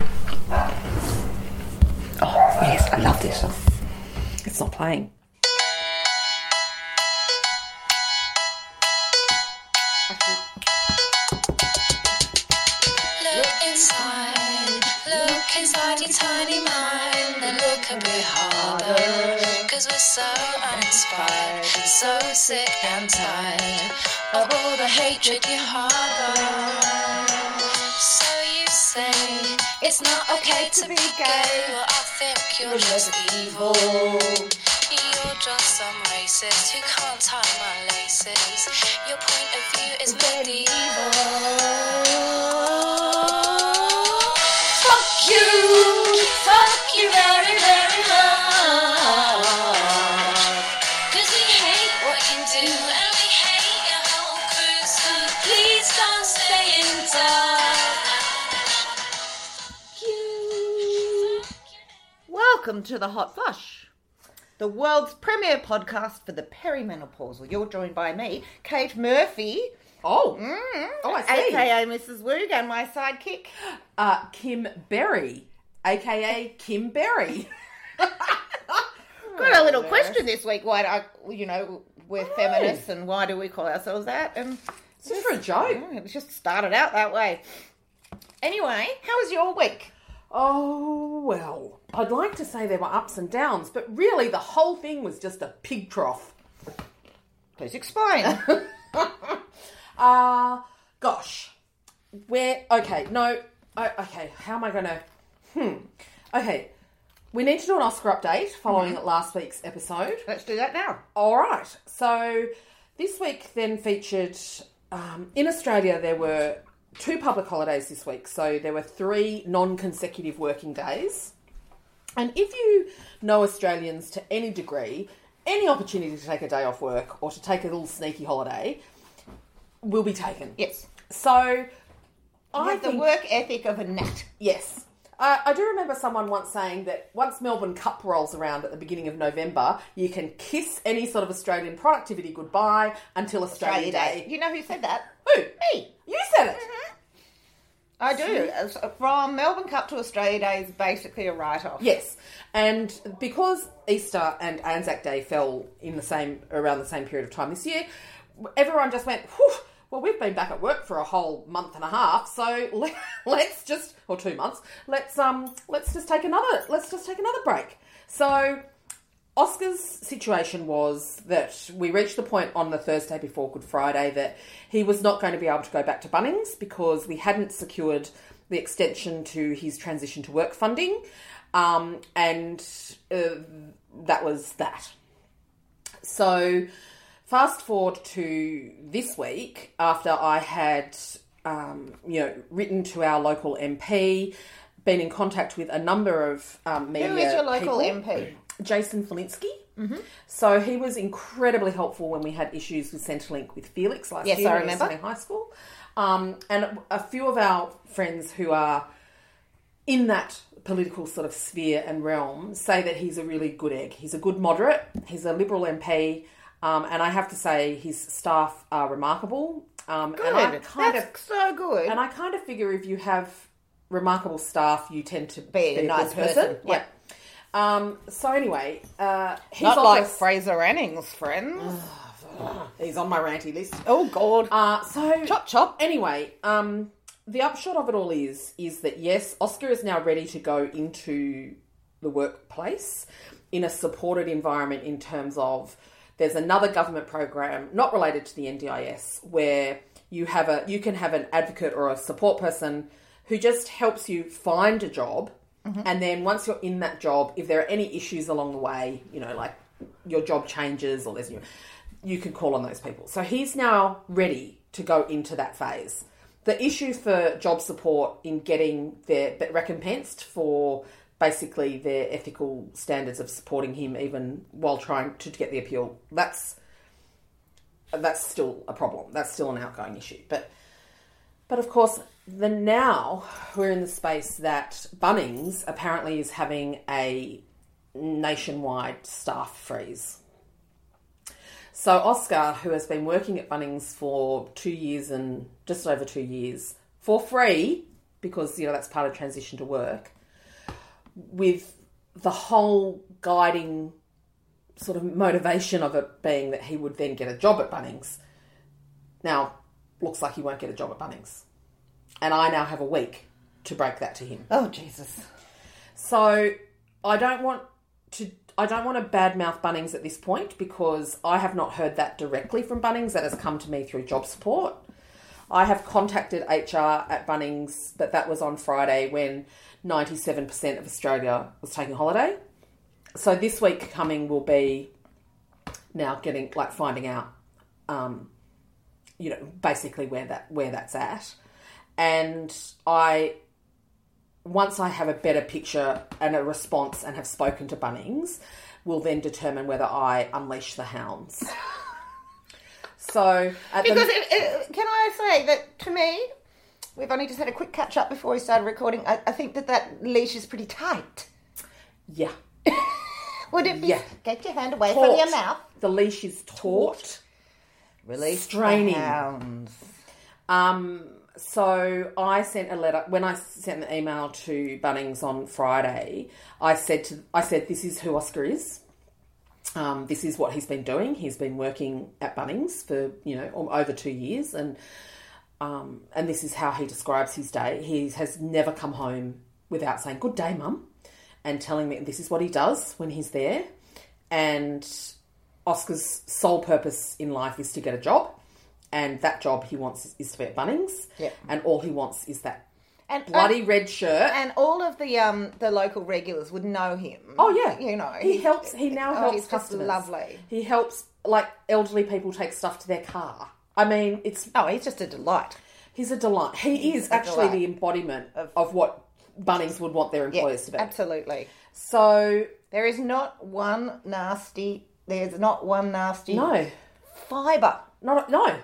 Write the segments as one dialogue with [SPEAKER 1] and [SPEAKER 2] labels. [SPEAKER 1] Oh, I love this song. It's not playing.
[SPEAKER 2] Look inside, look inside your tiny mind, and look a bit harder. Cause we're so uninspired, so sick and tired of all the hatred you harbor. So you say it's not okay to be gay. Well, I think you're just evil. You're just some racist who can't tie my laces. Your point of view is medieval. Fuck you, fuck you very, very much. Cause we hate what you do and we hate your whole crew. So please don't stay in touch.
[SPEAKER 3] Welcome to the Hot Flush, the world's premier podcast for the perimenopausal. You're joined by me, Kate Murphy,
[SPEAKER 1] Oh, oh, I see.
[SPEAKER 3] aka Mrs. Woog, and my sidekick.
[SPEAKER 1] Uh, Kim Berry, aka Kim Berry. Oh,
[SPEAKER 3] Got a little question this week. Why, do I, you know, we're feminists, and why do we call ourselves that? And
[SPEAKER 1] It's just for a joke.
[SPEAKER 3] it just started out that way. Anyway, how was your week?
[SPEAKER 1] Oh well, I'd like to say there were ups and downs, but really the whole thing was just a pig trough.
[SPEAKER 3] Please explain.
[SPEAKER 1] Uh, gosh. Where? Okay, no. Oh, okay, how am I going to. Hmm. Okay, we need to do an Oscar update following last week's episode.
[SPEAKER 3] Let's do that now.
[SPEAKER 1] All right, so this week then featured. Um, in Australia, there were two public holidays this week, so there were three non consecutive working days. And if you know Australians to any degree, any opportunity to take a day off work or to take a little sneaky holiday will be taken.
[SPEAKER 3] Yes,
[SPEAKER 1] So
[SPEAKER 3] I
[SPEAKER 1] I
[SPEAKER 3] have
[SPEAKER 1] think
[SPEAKER 3] the work ethic of a gnat.
[SPEAKER 1] yes. I I do remember someone once saying that once Melbourne Cup rolls around at the beginning of November, you can kiss any sort of Australian productivity goodbye until Australia, Day.
[SPEAKER 3] You know who said that?
[SPEAKER 1] Who?
[SPEAKER 3] Me. Mm-hmm.
[SPEAKER 1] You said it.
[SPEAKER 3] I do. As- From Melbourne Cup to Australia Day is basically a write-off.
[SPEAKER 1] Yes, and because Easter and Anzac Day fell in the same around the same period of time this year, everyone just went. Whew, well, we've been back at work for a whole month and a half, so let, let's just or two months. Let's um let's just take another let's just take another break. So Oscar's situation was that we reached the point on the Thursday before Good Friday that he was not going to be able to go back to Bunnings because we hadn't secured the extension to his transition to work funding, um, and uh, that was that. So, fast forward to this week after I had, um, you know, written to our local MP, been in contact with a number of um, media.
[SPEAKER 3] Who is your local
[SPEAKER 1] people.
[SPEAKER 3] MP?
[SPEAKER 1] Jason Falinski.
[SPEAKER 3] Mm-hmm.
[SPEAKER 1] So he was incredibly helpful when we had issues with Centrelink with Felix last
[SPEAKER 3] Yes,
[SPEAKER 1] year
[SPEAKER 3] I
[SPEAKER 1] when he was
[SPEAKER 3] remember.
[SPEAKER 1] still in high school. Um, and a few of our friends who are in that political sort of sphere and realm say that he's a really good egg. He's a good moderate. He's a Liberal MP. Um, and I have to say, his staff are remarkable. Um,
[SPEAKER 3] Good.
[SPEAKER 1] And I kind of
[SPEAKER 3] That's so good.
[SPEAKER 1] and I kind of figure if you have remarkable staff, you tend to be,
[SPEAKER 3] a
[SPEAKER 1] a nice
[SPEAKER 3] good
[SPEAKER 1] person.
[SPEAKER 3] person.
[SPEAKER 1] Yeah. Um, so anyway, uh, he's
[SPEAKER 3] Not
[SPEAKER 1] also
[SPEAKER 3] like
[SPEAKER 1] a-
[SPEAKER 3] Fraser Anning's friends.
[SPEAKER 1] he's on my ranty list.
[SPEAKER 3] Mm. oh God.
[SPEAKER 1] Uh, so
[SPEAKER 3] chop chop.
[SPEAKER 1] anyway, um, the upshot of it all is is that yes, Oscar is now ready to go into the workplace in a supported environment in terms of there's another government program not related to the NDIS where you have a you can have an advocate or a support person who just helps you find a job and then once you're in that job if there are any issues along the way you know like your job changes or there's new you can call on those people. So he's now ready to go into that phase. The issue for job support in getting their but recompensed for basically their ethical standards of supporting him even while trying to get the appeal, that's that's still a problem. That's still an outgoing issue. But but of course, the now we're in the space that Bunnings apparently is having a nationwide staff freeze. So Oscar, who has been working at Bunnings for two years and just over two years for free, because you know that's part of transition to work, with the whole guiding sort of motivation of it being that he would then get a job at Bunnings. Now, looks like he won't get a job at Bunnings. And I now have a week to break that to him.
[SPEAKER 3] Oh, Jesus.
[SPEAKER 1] So I don't want to I don't want to badmouth Bunnings at this point because I have not heard that directly from Bunnings. That has come to me through job support. I have contacted HR at Bunnings, but that was on Friday when 97% of Australia was taking holiday. So this week coming will be now getting like finding out um, you know basically where that where that's at and i once i have a better picture and a response and have spoken to bunnings will then determine whether i unleash the hounds so at the-
[SPEAKER 3] Because it, it, can I say that to me, we've only just had a quick catch up before we started recording. I, I think that that leash is pretty tight.
[SPEAKER 1] yeah
[SPEAKER 3] Would it be?
[SPEAKER 1] Yeah.
[SPEAKER 3] Get your hand away
[SPEAKER 1] Taut.
[SPEAKER 3] from your mouth.
[SPEAKER 1] the leash is taut
[SPEAKER 3] Release
[SPEAKER 1] Straining.
[SPEAKER 3] the hounds.
[SPEAKER 1] Um, so I sent a letter when I sent the email to Bunnings on Friday. I said to I said this is who Oscar is. Um, this is what he's been doing. He's been working at Bunnings for you know o- over two years, and um, and this is how he describes his day. He has never come home without saying good day, mum, and telling me this is what he does when he's there. And Oscar's sole purpose in life is to get a job, and that job he wants is to be at Bunnings.
[SPEAKER 3] Yeah.
[SPEAKER 1] and all he wants is that
[SPEAKER 3] And uh,
[SPEAKER 1] bloody red shirt.
[SPEAKER 3] and all of the um the local regulars would know him.
[SPEAKER 1] Oh yeah,
[SPEAKER 3] you know
[SPEAKER 1] he, helps. He now
[SPEAKER 3] oh,
[SPEAKER 1] helps
[SPEAKER 3] he's just
[SPEAKER 1] customers.
[SPEAKER 3] lovely.
[SPEAKER 1] He helps like elderly people take stuff to their car. I mean, it's
[SPEAKER 3] Oh, he's just a delight.
[SPEAKER 1] he's a delight. He is
[SPEAKER 3] a
[SPEAKER 1] actually
[SPEAKER 3] delight.
[SPEAKER 1] the embodiment of, what Bunnings would want their
[SPEAKER 3] Yeah,
[SPEAKER 1] employers to be.
[SPEAKER 3] absolutely.
[SPEAKER 1] So
[SPEAKER 3] There is not one nasty. There's not one nasty
[SPEAKER 1] no,
[SPEAKER 3] fiber
[SPEAKER 1] not no.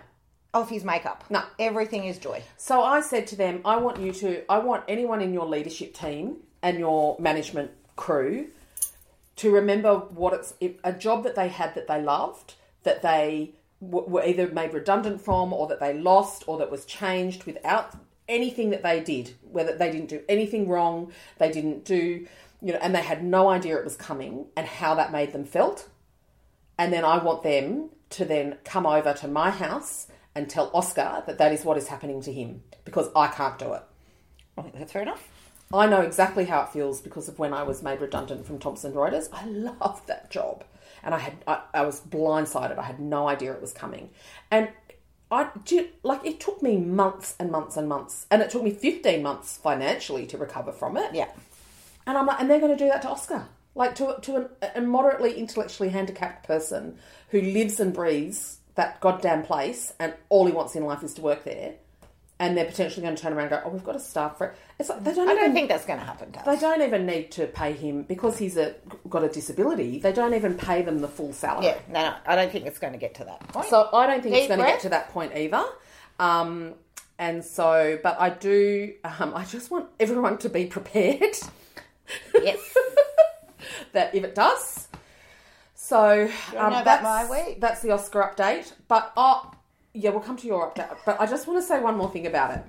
[SPEAKER 3] of his makeup.
[SPEAKER 1] No.
[SPEAKER 3] everything is joy.
[SPEAKER 1] So I said to them, I want you to, I want anyone in your leadership team and your management crew to remember what it's if- a job that they had that they loved, that they w- were either made redundant from, or that they lost, or that was changed without anything that they did, whether they didn't do anything wrong, they didn't do, you know, and they had no idea it was coming and how that made them felt and then I want them to then come over to my house and tell Oscar that that is what is happening to him because I can't do it.
[SPEAKER 3] I think that's fair enough.
[SPEAKER 1] I know exactly how it feels because of when I was made redundant from Thomson Reuters. I loved that job, and I had I, I was blindsided. I had no idea it was coming, and I do you- like it took me months and months and months, and it took me fifteen months financially to recover from it.
[SPEAKER 3] Yeah,
[SPEAKER 1] And I'm like, and they're going to do that to Oscar, like to to an, a moderately intellectually handicapped person who lives and breathes that goddamn place, and all he wants in life is to work there. And they're potentially going to turn around and go, "Oh, we've got a staff for it." It's like they don't.
[SPEAKER 3] I
[SPEAKER 1] even,
[SPEAKER 3] don't think that's going to happen to
[SPEAKER 1] they
[SPEAKER 3] us.
[SPEAKER 1] don't even need to pay him because he's a got a disability. They don't even pay them the full salary.
[SPEAKER 3] Yeah, no, no, I don't think it's going to get to that point.
[SPEAKER 1] So I don't think
[SPEAKER 3] Deep
[SPEAKER 1] it's going to
[SPEAKER 3] breath.
[SPEAKER 1] get to that point either. Um, and so, but I do. Um, I just want everyone to be prepared.
[SPEAKER 3] yes,
[SPEAKER 1] that if it does. So
[SPEAKER 3] know
[SPEAKER 1] um,
[SPEAKER 3] about
[SPEAKER 1] that's,
[SPEAKER 3] my week?
[SPEAKER 1] that's the Oscar update. But oh, yeah, we'll come to your update. But I just want to say one more thing about it.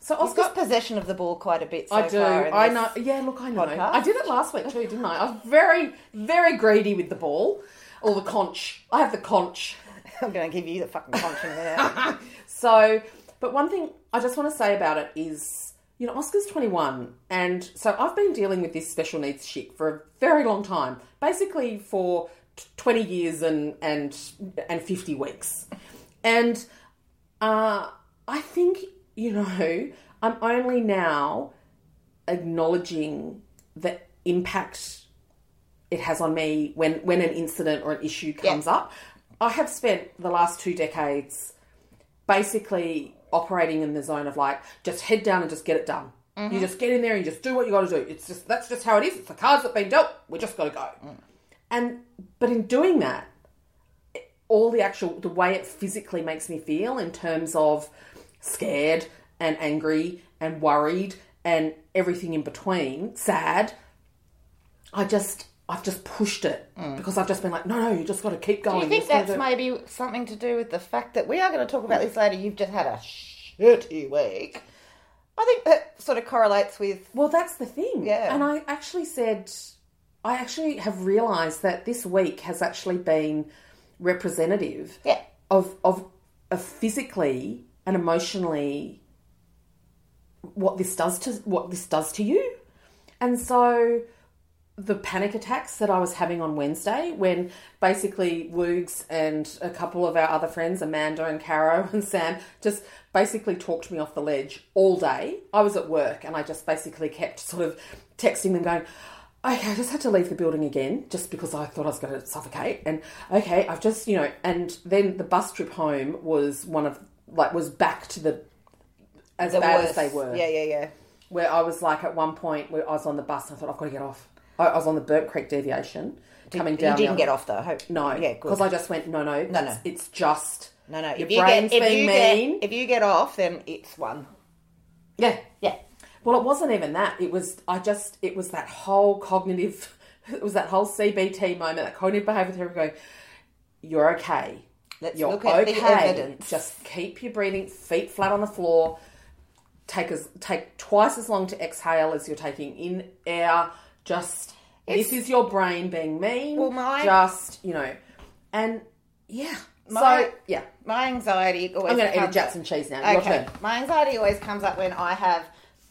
[SPEAKER 1] So
[SPEAKER 3] he's
[SPEAKER 1] Oscar,
[SPEAKER 3] got possession of the ball quite a bit. So
[SPEAKER 1] I do.
[SPEAKER 3] Far in
[SPEAKER 1] I
[SPEAKER 3] this.
[SPEAKER 1] know. Yeah, look, I know.
[SPEAKER 3] podcast.
[SPEAKER 1] I did it last week too, didn't I? I was very, very greedy with the ball or the conch. I have the conch.
[SPEAKER 3] I'm going to give you the fucking punch in a minute.
[SPEAKER 1] So, but one thing I just want to say about it is, you know, Oscar's 21, and so I've been dealing with this special needs shit for a very long time, basically for t- 20 years and and and 50 weeks, and uh, I think you know I'm only now acknowledging the impact it has on me when when an incident or an issue comes up. I have spent the last two decades basically operating in the zone of like just head down and just get it done. You just get in there and you just do what you got to do. It's just that's just how it is. It's the cards that have been dealt. We just got to go. And but in doing that, it- all the actual the way it physically makes me feel in terms of scared and angry and worried and everything in between, sad. I just I've just pushed it because I've just been like, no, no, you just got to keep going.
[SPEAKER 3] I
[SPEAKER 1] You
[SPEAKER 3] think
[SPEAKER 1] just gotta
[SPEAKER 3] that's
[SPEAKER 1] do it."
[SPEAKER 3] maybe something to do with the fact that we are going to talk about this later. You've just had a shitty week. I think that sort of correlates with
[SPEAKER 1] Well, that's the thing.
[SPEAKER 3] Yeah.
[SPEAKER 1] And I actually said I actually have realised that this week has actually been representative
[SPEAKER 3] Yeah.
[SPEAKER 1] of, of of physically and emotionally what this does to what this does to you. And so the panic attacks that I was having on Wednesday when basically Woogs and a couple of our other friends, Amanda and Caro and Sam, just basically talked me off the ledge all day. I was at work and I just basically kept sort of texting them going, okay, I just had to leave the building again just because I thought I was going to suffocate. And okay, I've just, you know, and then the bus trip home was one of, like, was back to the, as
[SPEAKER 3] The
[SPEAKER 1] bad
[SPEAKER 3] worst.
[SPEAKER 1] as they were
[SPEAKER 3] Yeah, yeah, yeah.
[SPEAKER 1] where I was like at one point where I was on the bus and I thought I've got to get off. I, I was on the Burke Creek deviation coming down. the
[SPEAKER 3] You didn't
[SPEAKER 1] other-
[SPEAKER 3] get off though. I Hope.
[SPEAKER 1] No,
[SPEAKER 3] Yeah,
[SPEAKER 1] because
[SPEAKER 3] good.
[SPEAKER 1] I just went no, no, no,
[SPEAKER 3] no.
[SPEAKER 1] It's, it's just
[SPEAKER 3] no, no.
[SPEAKER 1] your
[SPEAKER 3] If you
[SPEAKER 1] brain's
[SPEAKER 3] get if
[SPEAKER 1] being
[SPEAKER 3] you
[SPEAKER 1] mean.
[SPEAKER 3] get if you get off, then it's one.
[SPEAKER 1] yeah,
[SPEAKER 3] Yeah.
[SPEAKER 1] Well, it wasn't even that. It was I just it was that whole cognitive, it was that whole CBT moment, that cognitive behavior therapy going. You're okay.
[SPEAKER 3] Let's
[SPEAKER 1] You're
[SPEAKER 3] look at
[SPEAKER 1] okay.
[SPEAKER 3] the evidence.
[SPEAKER 1] Just keep your breathing, feet flat on the floor. Take as take twice as long to exhale as you're taking in air. Just this is your brain being mean.
[SPEAKER 3] Well, my-
[SPEAKER 1] just you know, and yeah.
[SPEAKER 3] My-
[SPEAKER 1] so yeah,
[SPEAKER 3] My anxiety always.
[SPEAKER 1] I'm going to eat a
[SPEAKER 3] comes-
[SPEAKER 1] Jack's and cheese now. Your
[SPEAKER 3] Okay.
[SPEAKER 1] turn.
[SPEAKER 3] My anxiety always comes up when I have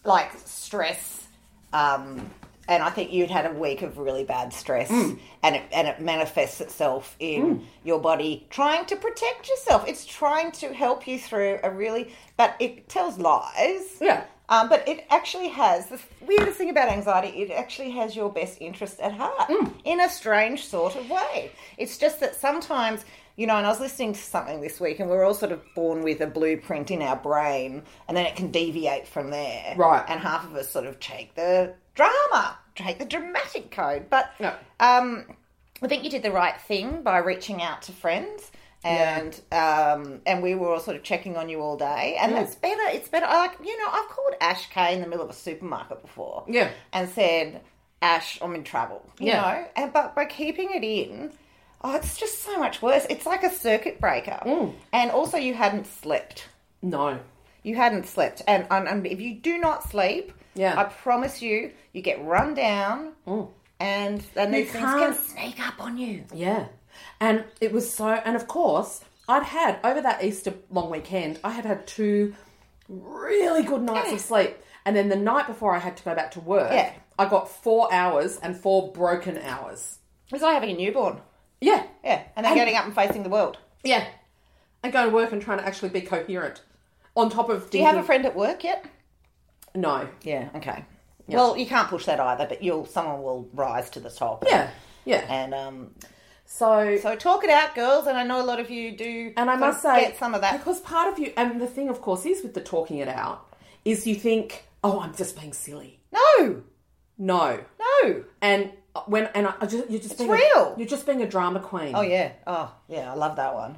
[SPEAKER 3] like stress, um, and I think you'd had a week of really bad stress, and it and it manifests itself in your body trying to protect yourself. It's trying to help you through a really, but it tells lies.
[SPEAKER 1] Yeah.
[SPEAKER 3] Um, but it actually has the weirdest thing about anxiety. It actually has your best interest at heart in a strange sort of way. It's just that sometimes, you know, and I was listening to something this week, and we're all sort of born with a blueprint in our brain, and then it can deviate from there.
[SPEAKER 1] Right.
[SPEAKER 3] And half of us sort of take the drama, take the dramatic code. But
[SPEAKER 1] No.
[SPEAKER 3] um, I think you did the right thing by reaching out to friends. And um, and we were all sort of checking on you all day, and that's better. It's better. I like you know I've called Ash K in the middle of a supermarket before,
[SPEAKER 1] Yeah.
[SPEAKER 3] and said Ash, I'm in trouble, you
[SPEAKER 1] Yeah.
[SPEAKER 3] know. And but by keeping it in, oh, it's just so much worse. It's like a circuit breaker,
[SPEAKER 1] Mm.
[SPEAKER 3] and also you hadn't slept.
[SPEAKER 1] No.
[SPEAKER 3] You hadn't slept, and, and, and if you do not sleep,
[SPEAKER 1] Yeah. Mm.
[SPEAKER 3] I promise you, you get run down, and and these things can
[SPEAKER 1] can't-
[SPEAKER 3] sneak up on you.
[SPEAKER 1] Yeah. And it was so, and of course, I'd had over that Easter long weekend, I had had two really good nights of sleep. And then the night before I had to go back to work,
[SPEAKER 3] Yeah.
[SPEAKER 1] I got four hours and four broken hours.
[SPEAKER 3] It's like having a newborn,
[SPEAKER 1] Yeah.
[SPEAKER 3] yeah, and then getting up and facing the world.
[SPEAKER 1] Yeah. And going to work and trying to actually be coherent. On top of.
[SPEAKER 3] Do you have a friend at work yet?
[SPEAKER 1] No.
[SPEAKER 3] Yeah. Okay. Well, you can't push that either, but you'll someone will rise to the top.
[SPEAKER 1] Yeah. Yeah.
[SPEAKER 3] And um,
[SPEAKER 1] So.
[SPEAKER 3] so talk it out, girls. And I know a lot of you do.
[SPEAKER 1] And I
[SPEAKER 3] sort of
[SPEAKER 1] must say,
[SPEAKER 3] get some of that.
[SPEAKER 1] because part of you, and the thing, of course, is with the talking it out, is you think, oh, I'm just being silly.
[SPEAKER 3] No,
[SPEAKER 1] No,
[SPEAKER 3] no.
[SPEAKER 1] and when and I just you're just being
[SPEAKER 3] real.
[SPEAKER 1] A, you're just being a drama queen.
[SPEAKER 3] Oh yeah. Oh yeah. I love that one.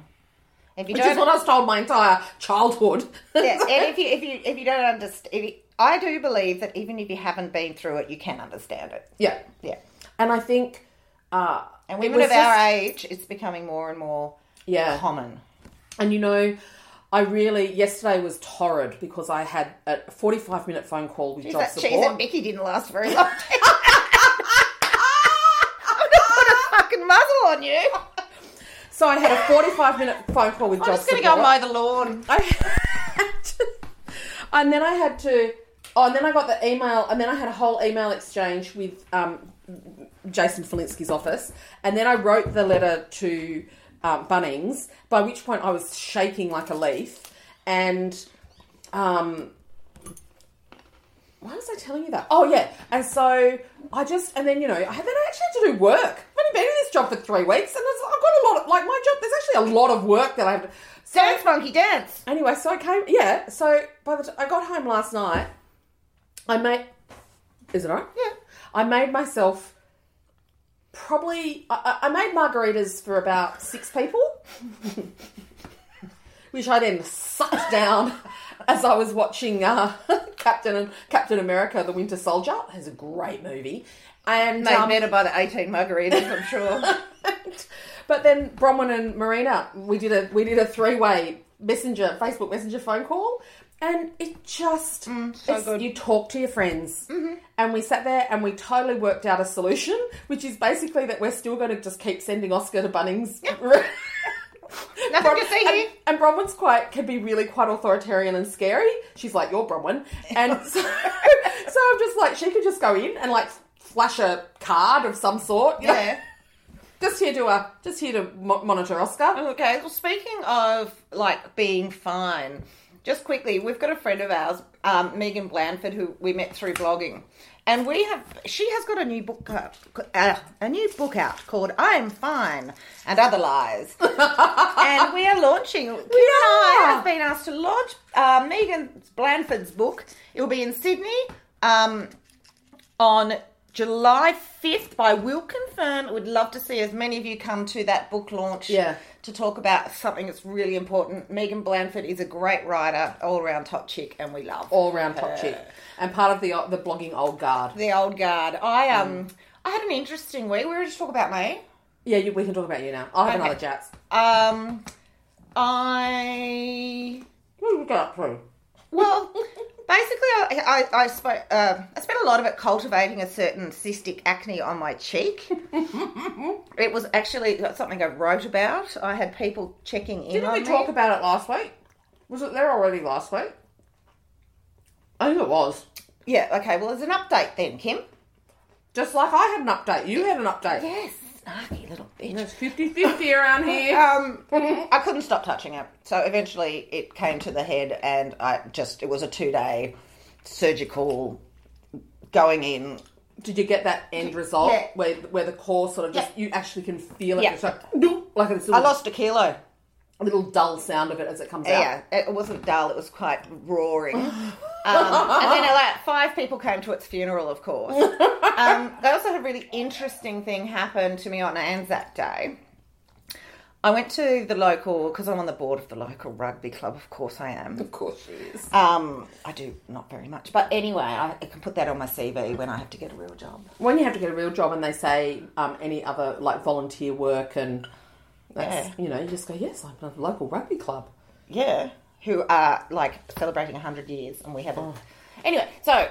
[SPEAKER 3] If you
[SPEAKER 1] Which is what I was told my entire childhood.
[SPEAKER 3] yeah, and if you if you if you don't understand, I do believe that even if you haven't been through it, you can understand it.
[SPEAKER 1] Yeah.
[SPEAKER 3] Yeah,
[SPEAKER 1] And I think, uh,
[SPEAKER 3] and
[SPEAKER 1] it
[SPEAKER 3] women
[SPEAKER 1] was
[SPEAKER 3] of our
[SPEAKER 1] just-
[SPEAKER 3] age, it's becoming more and more
[SPEAKER 1] yeah,
[SPEAKER 3] common.
[SPEAKER 1] and you know, I really yesterday was torrid because I had a 45 minute phone call with job
[SPEAKER 3] That cheese
[SPEAKER 1] support.
[SPEAKER 3] and Mickey didn't last very long. I'm gonna put a fucking muzzle on you.
[SPEAKER 1] So I had a 45 minute phone call with
[SPEAKER 3] I'm
[SPEAKER 1] job
[SPEAKER 3] just gonna
[SPEAKER 1] support.
[SPEAKER 3] go mow the lawn.
[SPEAKER 1] I had to, and then I had to. Oh, and then I got the email, and then I had a whole email exchange with um, Jason Falinski's office, and then I wrote the letter to um, Bunnings. By which point, I was shaking like a leaf, and um, why was I telling you that? Oh yeah, and so I just, and then you know, I then I actually had to do work. I've only been in this job for three weeks, and there's- I've got a lot of like my job. There's actually a lot of work that I have to. So
[SPEAKER 3] Dance, monkey, dance.
[SPEAKER 1] Anyway, so I came. Yeah, so by the time I got home last night, I made. Is it alright?
[SPEAKER 3] Yeah.
[SPEAKER 1] I made myself probably. I, I I made margaritas for about six people, which I then sucked down as I was watching uh, Captain and Captain America: The Winter Soldier. It's a great movie, and
[SPEAKER 3] Made
[SPEAKER 1] um,
[SPEAKER 3] better by the 18 margaritas, I'm sure.
[SPEAKER 1] but then Bronwyn and Marina, we did a we did a three way messenger Facebook Messenger phone call, And it just,
[SPEAKER 3] Mm, so
[SPEAKER 1] it's-
[SPEAKER 3] good. Mm-hmm.
[SPEAKER 1] you talk to your friends. And we sat there and we totally worked out a solution, which is basically that we're still going to just keep sending Oscar to Bunnings.
[SPEAKER 3] Nothing to see here.
[SPEAKER 1] and, and Bronwyn's quite, can be really quite authoritarian and scary. She's like, you're Bronwyn. And so, so I'm just like, she could just go in and like flash a card of some sort. you know?
[SPEAKER 3] Yeah.
[SPEAKER 1] Just here to, uh, just here to mo- monitor Oscar.
[SPEAKER 3] Okay, well, speaking of like being fine, just quickly, we've got a friend of ours, um, Megan Blandford, who we met through blogging, and we have she has got a new book out, uh, a new book out called "I Am Fine and Other Lies," and we are launching. Kim and I
[SPEAKER 1] are.
[SPEAKER 3] have been asked to launch uh, Megan Blandford's book. It will be in Sydney. Um, on July 5th, but I will confirm. Would love to see as many of you come to that book launch
[SPEAKER 1] Yeah.
[SPEAKER 3] to talk about something that's really important. Megan Blandford is a great writer, all round top chick, and we love
[SPEAKER 1] all round top chick and part of the uh, the blogging old guard.
[SPEAKER 3] the old guard. I um, I had an interesting week. We were just talking about me.
[SPEAKER 1] Yeah, you, we can talk about you now. I'll have
[SPEAKER 3] Okay.
[SPEAKER 1] another jats.
[SPEAKER 3] Um, I
[SPEAKER 1] What did you get up to?
[SPEAKER 3] Well, basically, I I, I, spoke, uh, I spent a lot of it cultivating a certain cystic acne on my cheek. it was actually something I wrote about. I had people checking in
[SPEAKER 1] Didn't
[SPEAKER 3] on
[SPEAKER 1] we
[SPEAKER 3] me.
[SPEAKER 1] talk about it last week? Was it there already last week? I think it was.
[SPEAKER 3] yeah. Okay. Well, there's an update then, Kim.
[SPEAKER 1] Just like I had an update. You had an update.
[SPEAKER 3] Yes. Snarky little bitch.
[SPEAKER 1] It's 50-50 around here.
[SPEAKER 3] Um, I couldn't stop touching it, so eventually it came to the head, and I just it was a two day surgical going in.
[SPEAKER 1] Did you get that end result
[SPEAKER 3] Yeah.
[SPEAKER 1] where where the core sort of just you actually can feel it?
[SPEAKER 3] Yeah.
[SPEAKER 1] It's like, "Doop," like this
[SPEAKER 3] I
[SPEAKER 1] little,
[SPEAKER 3] lost a kilo.
[SPEAKER 1] little dull sound of it as it comes out.
[SPEAKER 3] Yeah, it wasn't dull. It was quite roaring. Um, and then like five people came to its funeral, of course. Um, I also had a really interesting thing happen to me on Anzac Day. I went to the local because I'm on the board of the local rugby club. Of course, I am.
[SPEAKER 1] Of course it is.
[SPEAKER 3] Um, I do not very much, but anyway, I, I can put that on my CV when I have to get a real job.
[SPEAKER 1] When you have to get a real job and they say um, any other like volunteer work and that's
[SPEAKER 3] Yeah.
[SPEAKER 1] you know you just go yes I'm at a local rugby club.
[SPEAKER 3] Yeah. Who are like celebrating 100 years and we haven't. Oh. Anyway, so um,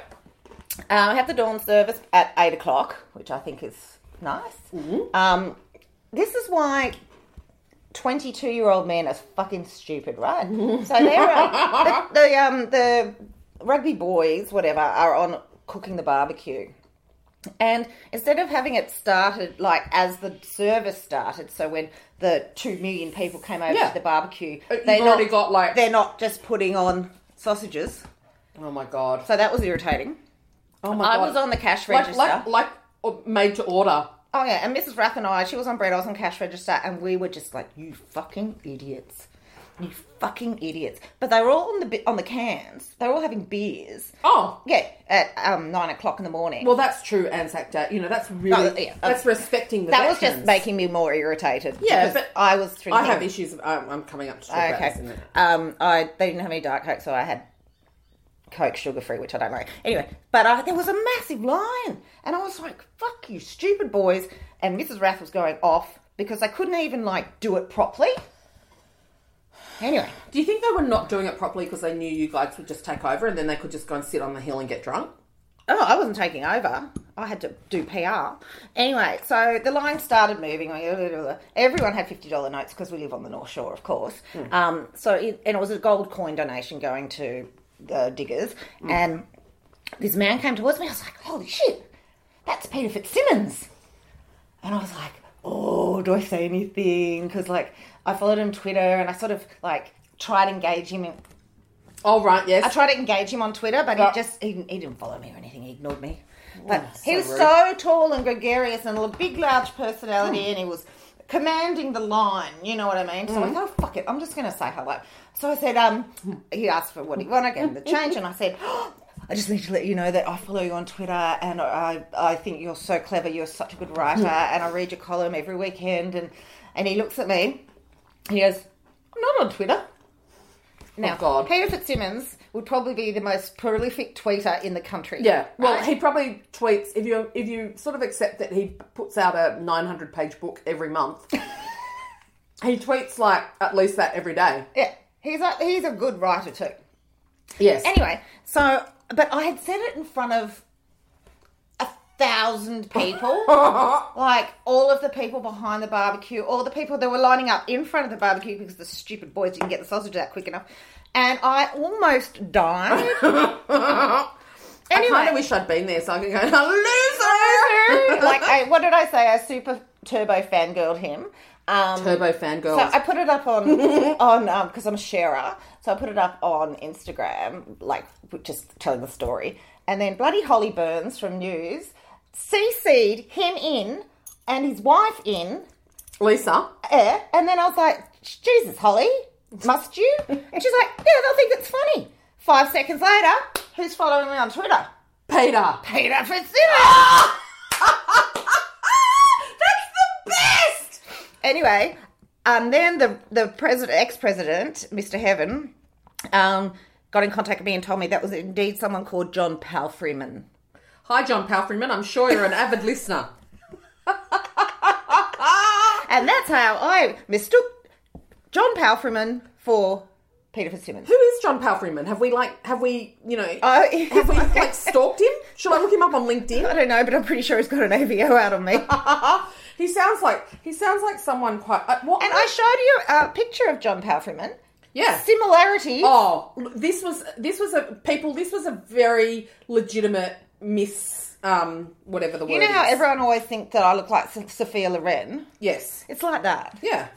[SPEAKER 3] I have the dawn service at 8 o'clock, which I think is nice. Um, this is why 22 year old men are fucking stupid, right? so they're. Uh, the, the, um, the rugby boys, whatever, are on cooking the barbecue. And instead of having it started like as the service started, so when the two million people came over
[SPEAKER 1] Yeah.
[SPEAKER 3] to the barbecue,
[SPEAKER 1] Uh, You've already got, like-
[SPEAKER 3] they're not just putting on sausages.
[SPEAKER 1] Oh my god!
[SPEAKER 3] So that was irritating.
[SPEAKER 1] Oh my
[SPEAKER 3] I
[SPEAKER 1] god!
[SPEAKER 3] was on the cash register.
[SPEAKER 1] like like like or made to order.
[SPEAKER 3] oh yeah, and Mrs. Rath and I, she was on bread, I was on cash register, and we were just like, "You fucking idiots." You fucking idiots! But they were all on the bi- on the cans. They were all having beers.
[SPEAKER 1] Oh
[SPEAKER 3] Yeah, at um, nine o'clock in the morning.
[SPEAKER 1] well, that's true Anzac Day. You know that's really
[SPEAKER 3] No, Oh, yeah.
[SPEAKER 1] that's respecting the
[SPEAKER 3] that was
[SPEAKER 1] veterans.
[SPEAKER 3] just making me more irritated.
[SPEAKER 1] Yeah,
[SPEAKER 3] because
[SPEAKER 1] but
[SPEAKER 3] I was
[SPEAKER 1] I
[SPEAKER 3] thinking.
[SPEAKER 1] have issues. Of, I'm, I'm coming up to talk about this in a
[SPEAKER 3] Okay.
[SPEAKER 1] minute.
[SPEAKER 3] Um, I they didn't have any diet coke, so I had coke sugar free, which I don't know. Anyway, but I, there was a massive line, and I was like, "Fuck you, stupid boys!" And Mrs. Rath was going off because they couldn't even like do it properly. Anyway,
[SPEAKER 1] Do you think they were not doing it properly because they knew you guys would just take over and then they could just go and sit on the hill and get drunk?
[SPEAKER 3] Oh, I wasn't taking over. I had to do PR. Anyway, so the line started moving. Everyone had fifty dollar notes because we live on the North Shore, of course. Um, so it, and it was a gold coin donation going to the diggers. And this man came towards me. I was like, "Holy shit, that's Peter Fitzsimmons!" And I was like, "Oh, do I say anything?" Because like I followed him on Twitter and I sort of like tried to engage him in,
[SPEAKER 1] Oh right, yes.
[SPEAKER 3] I tried to engage him on Twitter, but
[SPEAKER 1] Yeah.
[SPEAKER 3] he just he, didn't- he didn't follow me or anything. He ignored me. But
[SPEAKER 1] so
[SPEAKER 3] he was
[SPEAKER 1] rude.
[SPEAKER 3] so tall and gregarious and a big, large personality,
[SPEAKER 1] Hmm.
[SPEAKER 3] and he was commanding the line. You know what I mean? So
[SPEAKER 1] Hmm.
[SPEAKER 3] I thought, oh, fuck it, I'm just going to say hello. So I said, um, he asked for what he wanted, I gave him the change, and I said. I just need to let you know that I follow you on Twitter and I, I think you're so clever. You're such a good writer
[SPEAKER 1] Hmm.
[SPEAKER 3] and I read your column every weekend. And, and he looks at me. He goes, I'm not on Twitter. Now,
[SPEAKER 1] Oh, God.
[SPEAKER 3] Peter Fitzsimmons would probably be the most prolific tweeter in the country.
[SPEAKER 1] Yeah. Well,
[SPEAKER 3] Right?
[SPEAKER 1] he probably tweets if you if you sort of accept that he puts out a 900 page book every month. he tweets like at least that every day.
[SPEAKER 3] yeah, he's a he's a good writer too.
[SPEAKER 1] Yes.
[SPEAKER 3] Anyway, so but I had said it in front of a thousand people. like all of the people behind the barbecue, all the people that were lining up in front of the barbecue because the stupid boys didn't get the sausage out quick enough. And I almost died.
[SPEAKER 1] I kind
[SPEAKER 3] anyway,
[SPEAKER 1] of wish I'd been there so I could go, loser!
[SPEAKER 3] like I, what did I say? I super turbo fangirled him. Um,
[SPEAKER 1] Turbo fangirls.
[SPEAKER 3] So I put it up on on because I'm a sharer. So I put it up on Instagram, like just telling the story. And then bloody Holly Burns from News CC'd him in and his wife in,
[SPEAKER 1] Lisa.
[SPEAKER 3] eh, and then I was like, Jesus, Holly, must you? And she's like, Yeah, they'll think it's funny. Five seconds later, who's following me on Twitter?
[SPEAKER 1] Peter.
[SPEAKER 3] Peter Fitzsimmons.
[SPEAKER 1] Best!
[SPEAKER 3] Anyway, um, then the the president, ex president, Mr. Heaven, um, got in contact with me and told me that was indeed someone called John Palfreyman.
[SPEAKER 1] Hi, John Palfreyman. I'm sure you're an avid listener.
[SPEAKER 3] And that's how I mistook John Palfreyman for Peter Fitzsimmons.
[SPEAKER 1] Who is John Palfreyman? Have we, like, have we, you know,
[SPEAKER 3] Oh,
[SPEAKER 1] have we, like, stalked him? Shall I look him up on LinkedIn?
[SPEAKER 3] I don't know, but I'm pretty sure he's got an AVO out on me. and
[SPEAKER 1] He sounds like, he sounds like someone quite, uh, what?
[SPEAKER 3] I showed you a picture of John Palfreyman.
[SPEAKER 1] yeah.
[SPEAKER 3] Similarity.
[SPEAKER 1] Oh, l- this was this was a people. This was a very legitimate miss. Um, whatever the word.
[SPEAKER 3] you know how
[SPEAKER 1] is.
[SPEAKER 3] everyone always thinks that I look like Soph- Sophia Loren?
[SPEAKER 1] Yes.
[SPEAKER 3] It's like that.
[SPEAKER 1] Yeah.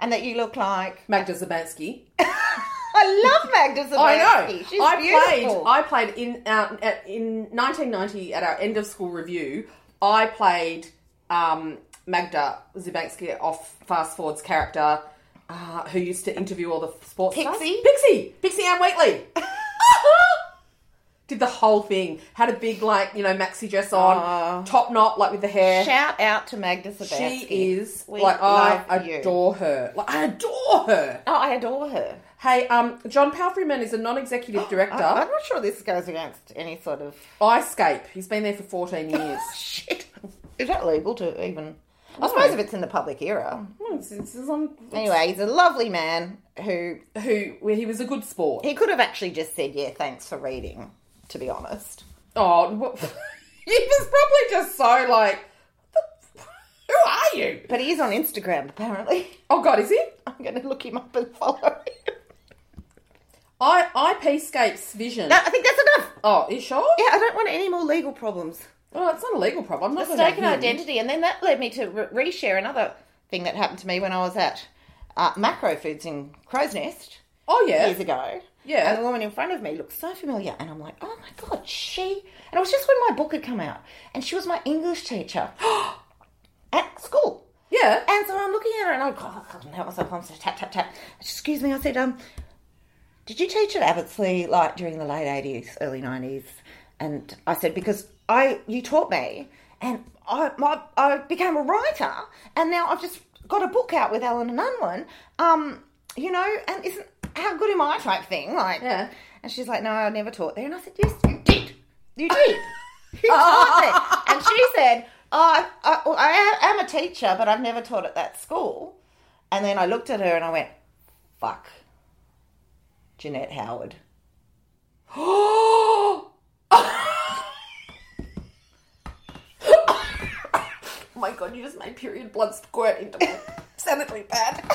[SPEAKER 3] And that you look like
[SPEAKER 1] Magda Zabansky.
[SPEAKER 3] I love Magda
[SPEAKER 1] I
[SPEAKER 3] Zabansky.
[SPEAKER 1] know.
[SPEAKER 3] She's
[SPEAKER 1] I
[SPEAKER 3] beautiful.
[SPEAKER 1] played. I played in uh, at, in 1990 at our end of school review. I played um, Magda Zabansky off Fast Forward's character, uh, who used to interview all the sports stars.
[SPEAKER 3] Pixie?
[SPEAKER 1] Pixie, Pixie Ann Wheatley. Did the whole thing. Had a big like you know maxi dress on, top knot like with the hair.
[SPEAKER 3] Shout out to Magda Zabansky.
[SPEAKER 1] she is
[SPEAKER 3] We
[SPEAKER 1] like I
[SPEAKER 3] love you.
[SPEAKER 1] adore her. Like I adore her.
[SPEAKER 3] Oh, I adore her.
[SPEAKER 1] Hey, um, John Palfreyman is a non-executive director.
[SPEAKER 3] I, am not sure this goes against any sort of
[SPEAKER 1] Icecape. He's been there for 14 years.
[SPEAKER 3] shit. Is that legal to even? I suppose if it's in the public era.
[SPEAKER 1] Hmm, it's- it's- it's on-
[SPEAKER 3] Anyway, he's a lovely man who
[SPEAKER 1] who well, he was a good sport.
[SPEAKER 3] he could have actually just said, "Yeah, thanks for reading." To be honest,
[SPEAKER 1] Oh, well, he was probably just so like, "What the- who are you?
[SPEAKER 3] but he is on Instagram apparently.
[SPEAKER 1] Oh God, is he?
[SPEAKER 3] I'm going to look him up and follow him.
[SPEAKER 1] I IPscape's vision.
[SPEAKER 3] No, I think that's enough.
[SPEAKER 1] oh, you sure?
[SPEAKER 3] Yeah, I don't want any more legal problems.
[SPEAKER 1] Well, it's not a legal problem. I'm not talking
[SPEAKER 3] mistaken
[SPEAKER 1] about him.
[SPEAKER 3] identity, and then that led me to re- reshare another thing that happened to me when I was at uh, Macro Foods in Crow's Nest
[SPEAKER 1] Oh yeah.
[SPEAKER 3] years ago.
[SPEAKER 1] Yeah.
[SPEAKER 3] and the woman in front of me looked so familiar, and I'm like, oh my god, she. And it was just when my book had come out, and she was my English teacher at school.
[SPEAKER 1] Yeah.
[SPEAKER 3] And so I'm looking at her, and I go, oh, now myself, I'm so tap tap tap. Excuse me, I said, um, did you teach at Abbottsley like during the late eighties, early nineties? And I said because I you taught me, and I my, I became a writer, and now I've just got a book out with Alan and Unwin. Um, you know, and isn't how good am I type thing like?
[SPEAKER 1] Yeah.
[SPEAKER 3] And she's like, no, I never taught there, and I said, yes, you did, you did, you taught there. And she said, oh, I, I, I am a teacher, but I've never taught at that school. And then I looked at her and I went, fuck, Jeanette Howard.
[SPEAKER 1] Oh my god, you just made period blood squirt into my sanitary pad.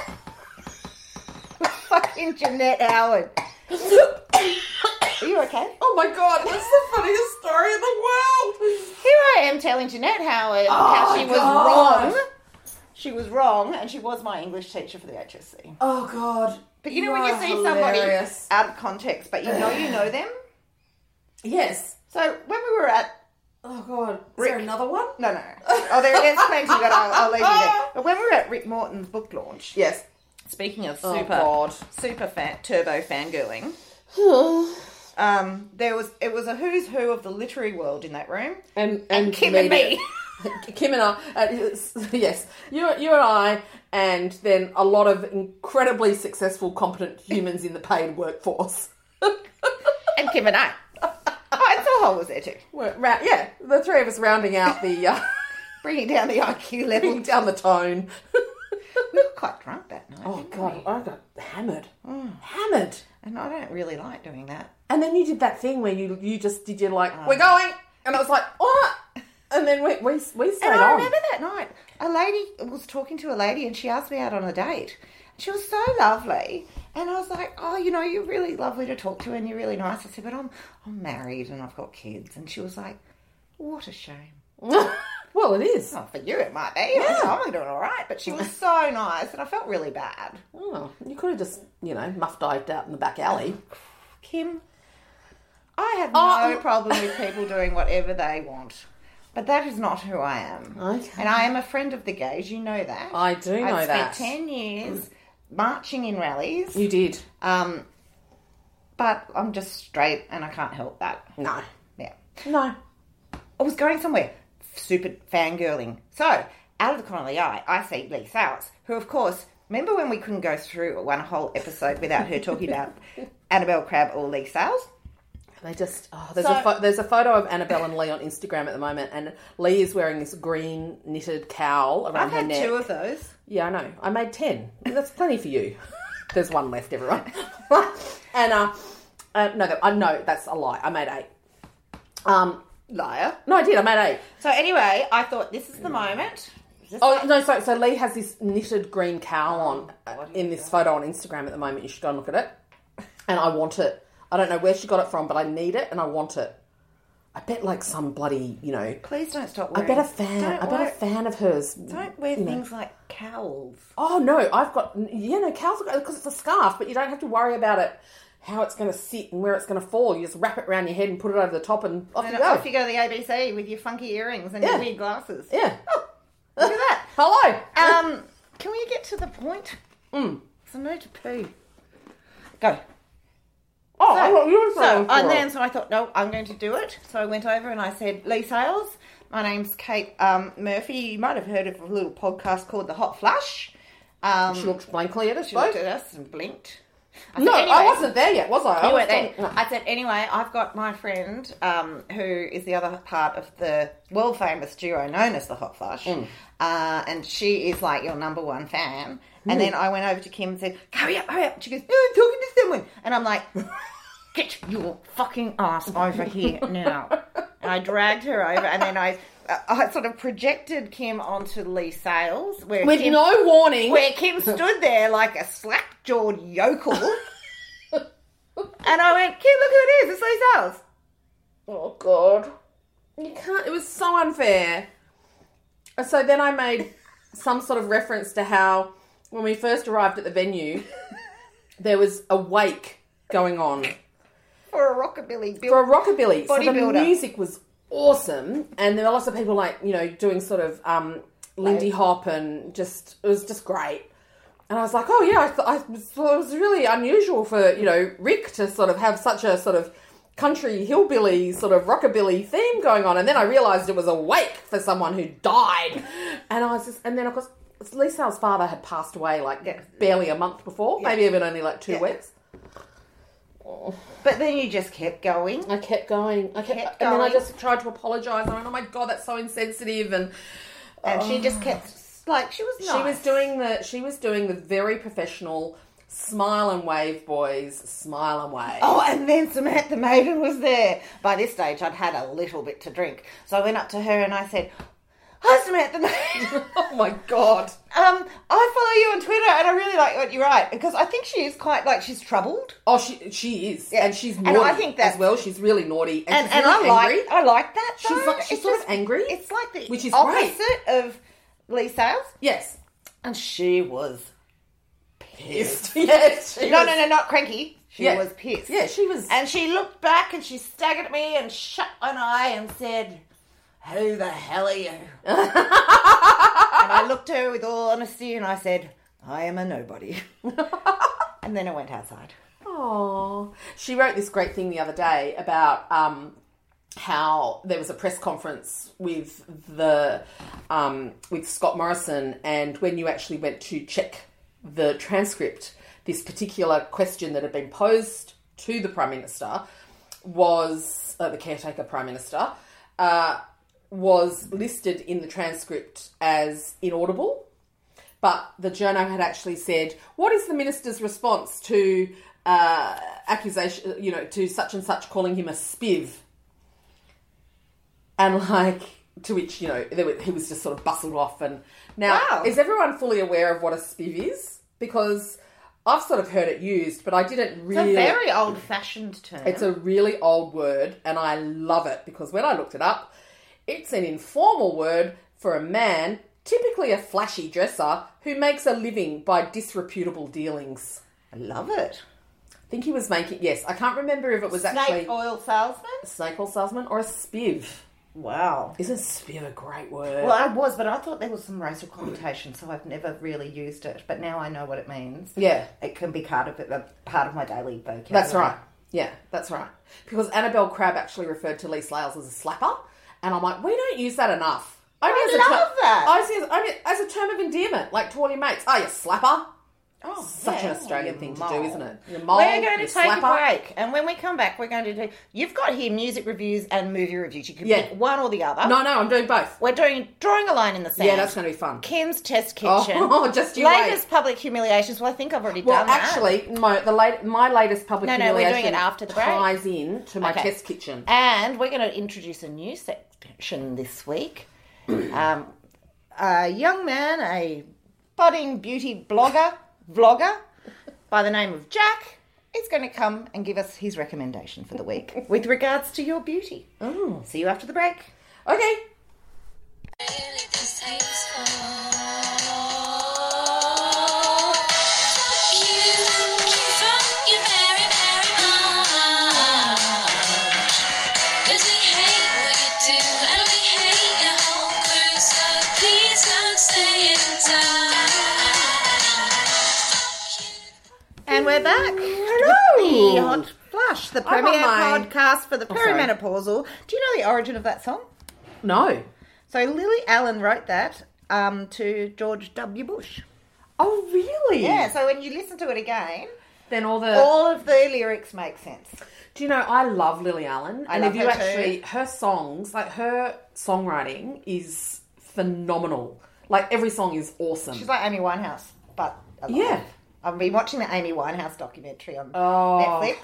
[SPEAKER 3] Fucking Jeanette Howard. Are you okay?
[SPEAKER 1] Oh my god, that's the funniest story in the world!
[SPEAKER 3] Here I am telling Jeanette Howard how she was
[SPEAKER 1] Oh, God.
[SPEAKER 3] wrong. She was wrong, and she was my English teacher for the HSC.
[SPEAKER 1] Oh god.
[SPEAKER 3] But you know when you
[SPEAKER 1] are
[SPEAKER 3] see
[SPEAKER 1] hilarious.
[SPEAKER 3] somebody out of context, but you know you know them.
[SPEAKER 1] Yes.
[SPEAKER 3] So when we were at
[SPEAKER 1] Oh god. Is there another one?
[SPEAKER 3] no no oh there it is plenty, but I'll, I'll leave you there. But when we were at Rick Morton's book launch,
[SPEAKER 1] Yes.
[SPEAKER 3] speaking of
[SPEAKER 1] Oh
[SPEAKER 3] super
[SPEAKER 1] god.
[SPEAKER 3] super fan, turbo fangirling. Um, there was it was a who's who of the literary world in that room.
[SPEAKER 1] And and
[SPEAKER 3] Kim and me.
[SPEAKER 1] Kim and I. Uh, yes, yes. You you and I, and then a lot of incredibly successful, competent humans in the paid workforce.
[SPEAKER 3] and Kim and I. oh, and Soho was there too,
[SPEAKER 1] We're ra- yeah, the three of us rounding out the uh,
[SPEAKER 3] bringing down the IQ level.
[SPEAKER 1] bringing down the tone.
[SPEAKER 3] we were quite drunk that night.
[SPEAKER 1] oh god, I got hammered, hammered.
[SPEAKER 3] And I don't really like doing that.
[SPEAKER 1] And then you did that thing where you you just did your like, we're going, and I was like, what? And then we we, we stayed
[SPEAKER 3] And I
[SPEAKER 1] on.
[SPEAKER 3] remember that night, a lady was talking to a lady and she asked me out on a date. She was so lovely. And I was like, oh, you know, you're really lovely to talk to and you're really nice. I said, but I'm, I'm married and I've got kids. And she was like, what a shame.
[SPEAKER 1] well, it is.
[SPEAKER 3] Oh, for you it might be. Yeah. I'm doing all right. But she was so nice and I felt really bad.
[SPEAKER 1] Oh, you could have just you know muff dived out in the back alley.
[SPEAKER 3] Kim, I have
[SPEAKER 1] Oh.
[SPEAKER 3] no problem with people doing whatever they want. But that is not who I am.
[SPEAKER 1] Okay.
[SPEAKER 3] And I am a friend of the gays. You know that.
[SPEAKER 1] I do know
[SPEAKER 3] I've
[SPEAKER 1] that.
[SPEAKER 3] spent 10 years marching in rallies.
[SPEAKER 1] You did.
[SPEAKER 3] Um, but I'm just straight and I can't help that.
[SPEAKER 1] No.
[SPEAKER 3] Yeah.
[SPEAKER 1] No.
[SPEAKER 3] I was going somewhere, super fangirling. So, out of the corner of the eye, I see Lee Sowers, who, of course, remember when we couldn't go through one whole episode without her talking about Annabelle Crabb or Lee Sowers?
[SPEAKER 1] They just oh, there's
[SPEAKER 3] So-
[SPEAKER 1] a pho- there's a photo of Annabelle and Lee on Instagram at the moment, and Lee is wearing this green knitted cowl around
[SPEAKER 3] I've
[SPEAKER 1] her
[SPEAKER 3] had
[SPEAKER 1] neck.
[SPEAKER 3] two of those.
[SPEAKER 1] Yeah, I know. I made ten. That's plenty for you. There's one left, everyone. and uh, uh no, that- I know that's a lie. I made eight. Um,
[SPEAKER 3] Liar.
[SPEAKER 1] no, I did. I made eight.
[SPEAKER 3] So, anyway, I thought this is the moment. Just
[SPEAKER 1] Oh no, so so Lee has this knitted green cowl
[SPEAKER 3] Oh,
[SPEAKER 1] on uh,
[SPEAKER 3] what is
[SPEAKER 1] in this photo on Instagram at the moment. You should go and look at it. And I want it. I don't know where she got it from, but I need it and I want it. I bet like some bloody you know.
[SPEAKER 3] Please don't stop
[SPEAKER 1] I
[SPEAKER 3] wearing
[SPEAKER 1] bet a fan.
[SPEAKER 3] Don't
[SPEAKER 1] I bet
[SPEAKER 3] wear,
[SPEAKER 1] a fan of hers.
[SPEAKER 3] Don't wear things like cowls.
[SPEAKER 1] Oh no, I've got yeah no cows because it's a scarf, but you don't have to worry about it how it's going to sit and where it's going to fall. You just wrap it around your head and put it over the top and off
[SPEAKER 3] And
[SPEAKER 1] you go.
[SPEAKER 3] off you go to the ABC with your funky earrings and
[SPEAKER 1] Yeah.
[SPEAKER 3] your weird glasses.
[SPEAKER 1] Yeah.
[SPEAKER 3] Oh, look at that.
[SPEAKER 1] Hello.
[SPEAKER 3] Um, can we get to the point?
[SPEAKER 1] Mm.
[SPEAKER 3] So no to poo. Go.
[SPEAKER 1] oh,
[SPEAKER 3] So,
[SPEAKER 1] I thought you were
[SPEAKER 3] so uh,
[SPEAKER 1] saying
[SPEAKER 3] and
[SPEAKER 1] for it.
[SPEAKER 3] then so I thought, no, I'm going to do it. So I went over and I said, Lee Sales, my name's Kate um, Murphy. You might have heard of a little podcast called The Hot Flush. Um,
[SPEAKER 1] she looked blankly at us
[SPEAKER 3] she
[SPEAKER 1] both.
[SPEAKER 3] looked at us and blinked. I
[SPEAKER 1] No,
[SPEAKER 3] said,
[SPEAKER 1] I
[SPEAKER 3] "Anyway."
[SPEAKER 1] wasn't there yet, was I? I
[SPEAKER 3] You
[SPEAKER 1] was
[SPEAKER 3] weren't there.
[SPEAKER 1] talking-
[SPEAKER 3] I said, anyway, I've got my friend um, who is the other part of the world famous duo known as the Hot Flush,
[SPEAKER 1] Mm.
[SPEAKER 3] uh, and she is like your number one fan. And
[SPEAKER 1] Mm.
[SPEAKER 3] then I went over to Kim and said, hurry up, hurry up. She goes, no, I'm talking to someone. And I'm like, get your fucking ass over here now. and I dragged her over, and then I, uh, I sort of projected Kim onto Lee Sales, where
[SPEAKER 1] With
[SPEAKER 3] Kim,
[SPEAKER 1] no warning.
[SPEAKER 3] where Kim stood there like a slack jawed yokel. and I went, Kim, look who it is. It's Lee Sales.
[SPEAKER 1] Oh god. You can't it was so unfair. And So then I made some sort of reference to how when we first arrived at the venue there was a wake going on
[SPEAKER 3] For a rockabilly bill.
[SPEAKER 1] for a rockabilly. So the
[SPEAKER 3] Bodybuilder.
[SPEAKER 1] music was awesome and there were lots of people like, you know, doing sort of um Lindy Hop and just it was just great. And I was like, oh yeah, I, th- I was- thought it was really unusual for you know Rick to sort of have such a sort of country hillbilly sort of rockabilly theme going on. And then I realised it was a wake for someone who died. And I was just, and then of course Lee Sales' father had passed away like
[SPEAKER 3] Yeah.
[SPEAKER 1] barely a month before, maybe even only like two
[SPEAKER 3] Yeah.
[SPEAKER 1] weeks.
[SPEAKER 3] but then you just kept going.
[SPEAKER 1] I kept going, I kept,
[SPEAKER 3] Kept
[SPEAKER 1] and then I
[SPEAKER 3] going.
[SPEAKER 1] just tried to apologise. I went, oh my god, that's so insensitive, and
[SPEAKER 3] And she just kept, like, she was nice.
[SPEAKER 1] Oh. She was doing the she was doing the very professional smile and wave boys smile and wave.
[SPEAKER 3] Oh, and then Samantha Maven was there. By this stage, I'd had a little bit to drink. So I went up to her and I said, Hi, Samantha Maven.
[SPEAKER 1] Oh my god.
[SPEAKER 3] um, I follow you on Twitter and I really like what you write because I think she is quite, like, she's troubled.
[SPEAKER 1] Oh, she she is,
[SPEAKER 3] Yeah.
[SPEAKER 1] and she's
[SPEAKER 3] And
[SPEAKER 1] naughty
[SPEAKER 3] I think that's-
[SPEAKER 1] as well. She's really naughty, and,
[SPEAKER 3] and,
[SPEAKER 1] she's
[SPEAKER 3] and
[SPEAKER 1] really
[SPEAKER 3] I
[SPEAKER 1] angry.
[SPEAKER 3] like I like that.
[SPEAKER 1] She's
[SPEAKER 3] though.
[SPEAKER 1] like- she's
[SPEAKER 3] It's
[SPEAKER 1] sort of angry,
[SPEAKER 3] It's like the
[SPEAKER 1] which is
[SPEAKER 3] opposite of Lee Sales,
[SPEAKER 1] yes,
[SPEAKER 3] and she was pissed.
[SPEAKER 1] yes, yes. She
[SPEAKER 3] No,
[SPEAKER 1] was-
[SPEAKER 3] no, no, not cranky. She
[SPEAKER 1] Yeah.
[SPEAKER 3] was pissed.
[SPEAKER 1] Yeah, she was.
[SPEAKER 3] And she looked back and she staggered at me and shut an eye and said, "Who the hell are you?" and I looked at her with all honesty and I said, "I am a nobody." and then I went outside.
[SPEAKER 1] Aww. She wrote this great thing the other day about um, how there was a press conference with the um, with Scott Morrison, and when you actually went to check the transcript, this particular question that had been posed to the Prime Minister was uh, the caretaker Prime Minister uh, was listed in the transcript as inaudible but the journo had actually said, "What is the minister's response to uh, accusation, you know, to such and such calling him a spiv. And like, to which, you know, there was, he was just sort of bustled off. And now,
[SPEAKER 3] Wow.
[SPEAKER 1] is everyone fully aware of what a spiv is? Because I've sort of heard it used, but I didn't
[SPEAKER 3] It's
[SPEAKER 1] really.
[SPEAKER 3] a very old fashioned term.
[SPEAKER 1] It's a really old word, and I love it because when I looked it up, it's an informal word for a man, typically a flashy dresser, who makes a living by disreputable dealings.
[SPEAKER 3] I love it.
[SPEAKER 1] I think he was making, yes, I can't remember if it was actually
[SPEAKER 3] Snake oil salesman?
[SPEAKER 1] a snake oil salesman or a spiv.
[SPEAKER 3] Wow.
[SPEAKER 1] Isn't spiv a great word?
[SPEAKER 3] Well, I was, but I thought there was some racial connotation, so I've never really used it. But now I know what it means.
[SPEAKER 1] yeah,
[SPEAKER 3] It can be part of a part of my daily vocabulary.
[SPEAKER 1] that's right. Yeah, that's right. Because Annabelle Crabb actually referred to Lee Slales as a slapper, and I'm like, we don't use that enough. Only
[SPEAKER 3] I
[SPEAKER 1] as a ter-
[SPEAKER 3] love that.
[SPEAKER 1] I see as, only as a term of endearment, like to all your mates. Oh, you slapper.
[SPEAKER 3] Oh,
[SPEAKER 1] Such
[SPEAKER 3] yeah,
[SPEAKER 1] an Australian
[SPEAKER 3] you
[SPEAKER 1] thing to
[SPEAKER 3] mole.
[SPEAKER 1] do, isn't it? Your mole,
[SPEAKER 3] We're going to
[SPEAKER 1] your
[SPEAKER 3] take
[SPEAKER 1] slapper.
[SPEAKER 3] a break, and when we come back, we're going to do. You've got here music reviews and movie reviews. You can
[SPEAKER 1] Yeah.
[SPEAKER 3] pick one or the other.
[SPEAKER 1] No, no, I'm doing both.
[SPEAKER 3] We're doing drawing a line in the sand.
[SPEAKER 1] Yeah, that's going to be fun.
[SPEAKER 3] Kim's test kitchen.
[SPEAKER 1] Oh, just you wait.
[SPEAKER 3] Labour's public humiliations. Well, I think I've already
[SPEAKER 1] Well,
[SPEAKER 3] done that.
[SPEAKER 1] actually, my the late, my latest public
[SPEAKER 3] No, no, we're doing
[SPEAKER 1] humiliation
[SPEAKER 3] it after the break.
[SPEAKER 1] ties in to my
[SPEAKER 3] Okay.
[SPEAKER 1] test kitchen.
[SPEAKER 3] And we're going to introduce a new section this week. um, a young man, a budding beauty blogger, vlogger by the name of Jack, is going to come and give us his recommendation for the week with regards to your beauty.
[SPEAKER 1] Oh.
[SPEAKER 3] See you after the break.
[SPEAKER 1] Okay,
[SPEAKER 2] Really distasteful. Fuck you, fuck you very, very much. 'Cause we hate what you do, and we hate your whole crew, so please don't stay in time.
[SPEAKER 3] And we're back.
[SPEAKER 1] Hello.
[SPEAKER 3] The Hot Flush, the
[SPEAKER 1] I'm on
[SPEAKER 3] premier
[SPEAKER 1] my-
[SPEAKER 3] podcast for the
[SPEAKER 1] sorry.
[SPEAKER 3] perimenopausal. Do you know the origin of that song?
[SPEAKER 1] no.
[SPEAKER 3] So Lily Allen wrote that um, to George W. Bush.
[SPEAKER 1] Oh, really?
[SPEAKER 3] Yeah, so when you listen to it again,
[SPEAKER 1] Then all the
[SPEAKER 3] all of the lyrics make sense.
[SPEAKER 1] Do you know I love Lily Allen,
[SPEAKER 3] I
[SPEAKER 1] and
[SPEAKER 3] love
[SPEAKER 1] if you
[SPEAKER 3] her too.
[SPEAKER 1] actually her songs, like her songwriting is phenomenal. Like every song is awesome.
[SPEAKER 3] She's like Amy Winehouse, but alive.
[SPEAKER 1] Yeah.
[SPEAKER 3] I've been watching the Amy Winehouse documentary on
[SPEAKER 1] Oh.
[SPEAKER 3] Netflix.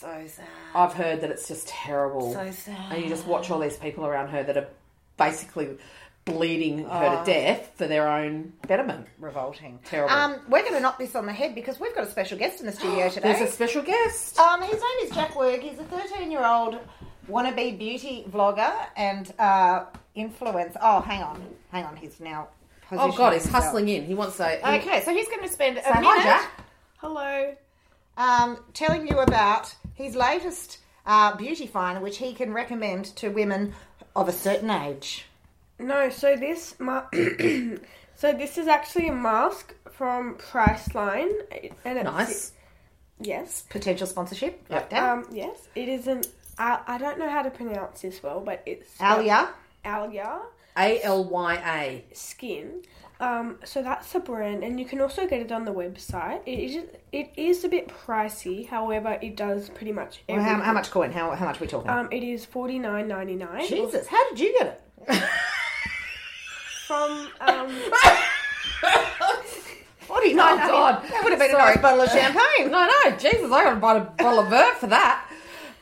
[SPEAKER 3] So sad.
[SPEAKER 1] I've heard that it's just terrible.
[SPEAKER 3] So sad.
[SPEAKER 1] And you just watch all these people around her that are basically bleeding her
[SPEAKER 3] Oh.
[SPEAKER 1] to death for their own betterment.
[SPEAKER 3] Revolting.
[SPEAKER 1] Terrible.
[SPEAKER 3] Um, we're going to knock this on the head because we've got a special guest in the studio today.
[SPEAKER 1] There's a special guest.
[SPEAKER 3] Um, his name is Jack Werg. He's a 13 year old wannabe beauty vlogger and uh, influencer. Oh, hang on. Hang on. He's now.
[SPEAKER 1] Oh
[SPEAKER 3] positioning
[SPEAKER 1] God, he's
[SPEAKER 3] himself.
[SPEAKER 1] hustling in. He wants a. he-
[SPEAKER 3] Okay, so he's going to spend a
[SPEAKER 1] Say hi,
[SPEAKER 3] minute
[SPEAKER 1] Jack.
[SPEAKER 4] Hello.
[SPEAKER 3] um, telling you about his latest uh, beauty find, which he can recommend to women of a certain age.
[SPEAKER 4] No, so this ma- so this is actually a mask from Priceline, and it's,
[SPEAKER 1] Nice.
[SPEAKER 4] Yes.
[SPEAKER 3] Potential sponsorship, like that.
[SPEAKER 4] Um. Yes. It is an. I, I don't know how to pronounce this well, but it's
[SPEAKER 3] Alia.
[SPEAKER 4] Alia
[SPEAKER 1] A L Y A.
[SPEAKER 4] skin. Um. So that's the brand, and you can also get it on the website. It is. It is a bit pricey. However, it does pretty much.
[SPEAKER 3] Well,
[SPEAKER 4] Everything.
[SPEAKER 3] how, how much coin? How, how much are we talking?
[SPEAKER 4] Um. It is forty nine ninety nine
[SPEAKER 3] Jesus, how did you get it?
[SPEAKER 4] from um.
[SPEAKER 3] Forty nine.
[SPEAKER 1] Oh, God.
[SPEAKER 3] That would have been
[SPEAKER 1] Sorry.
[SPEAKER 3] a nice bottle of champagne.
[SPEAKER 1] No, no, Jesus, I gotta buy a bottle of vert for that.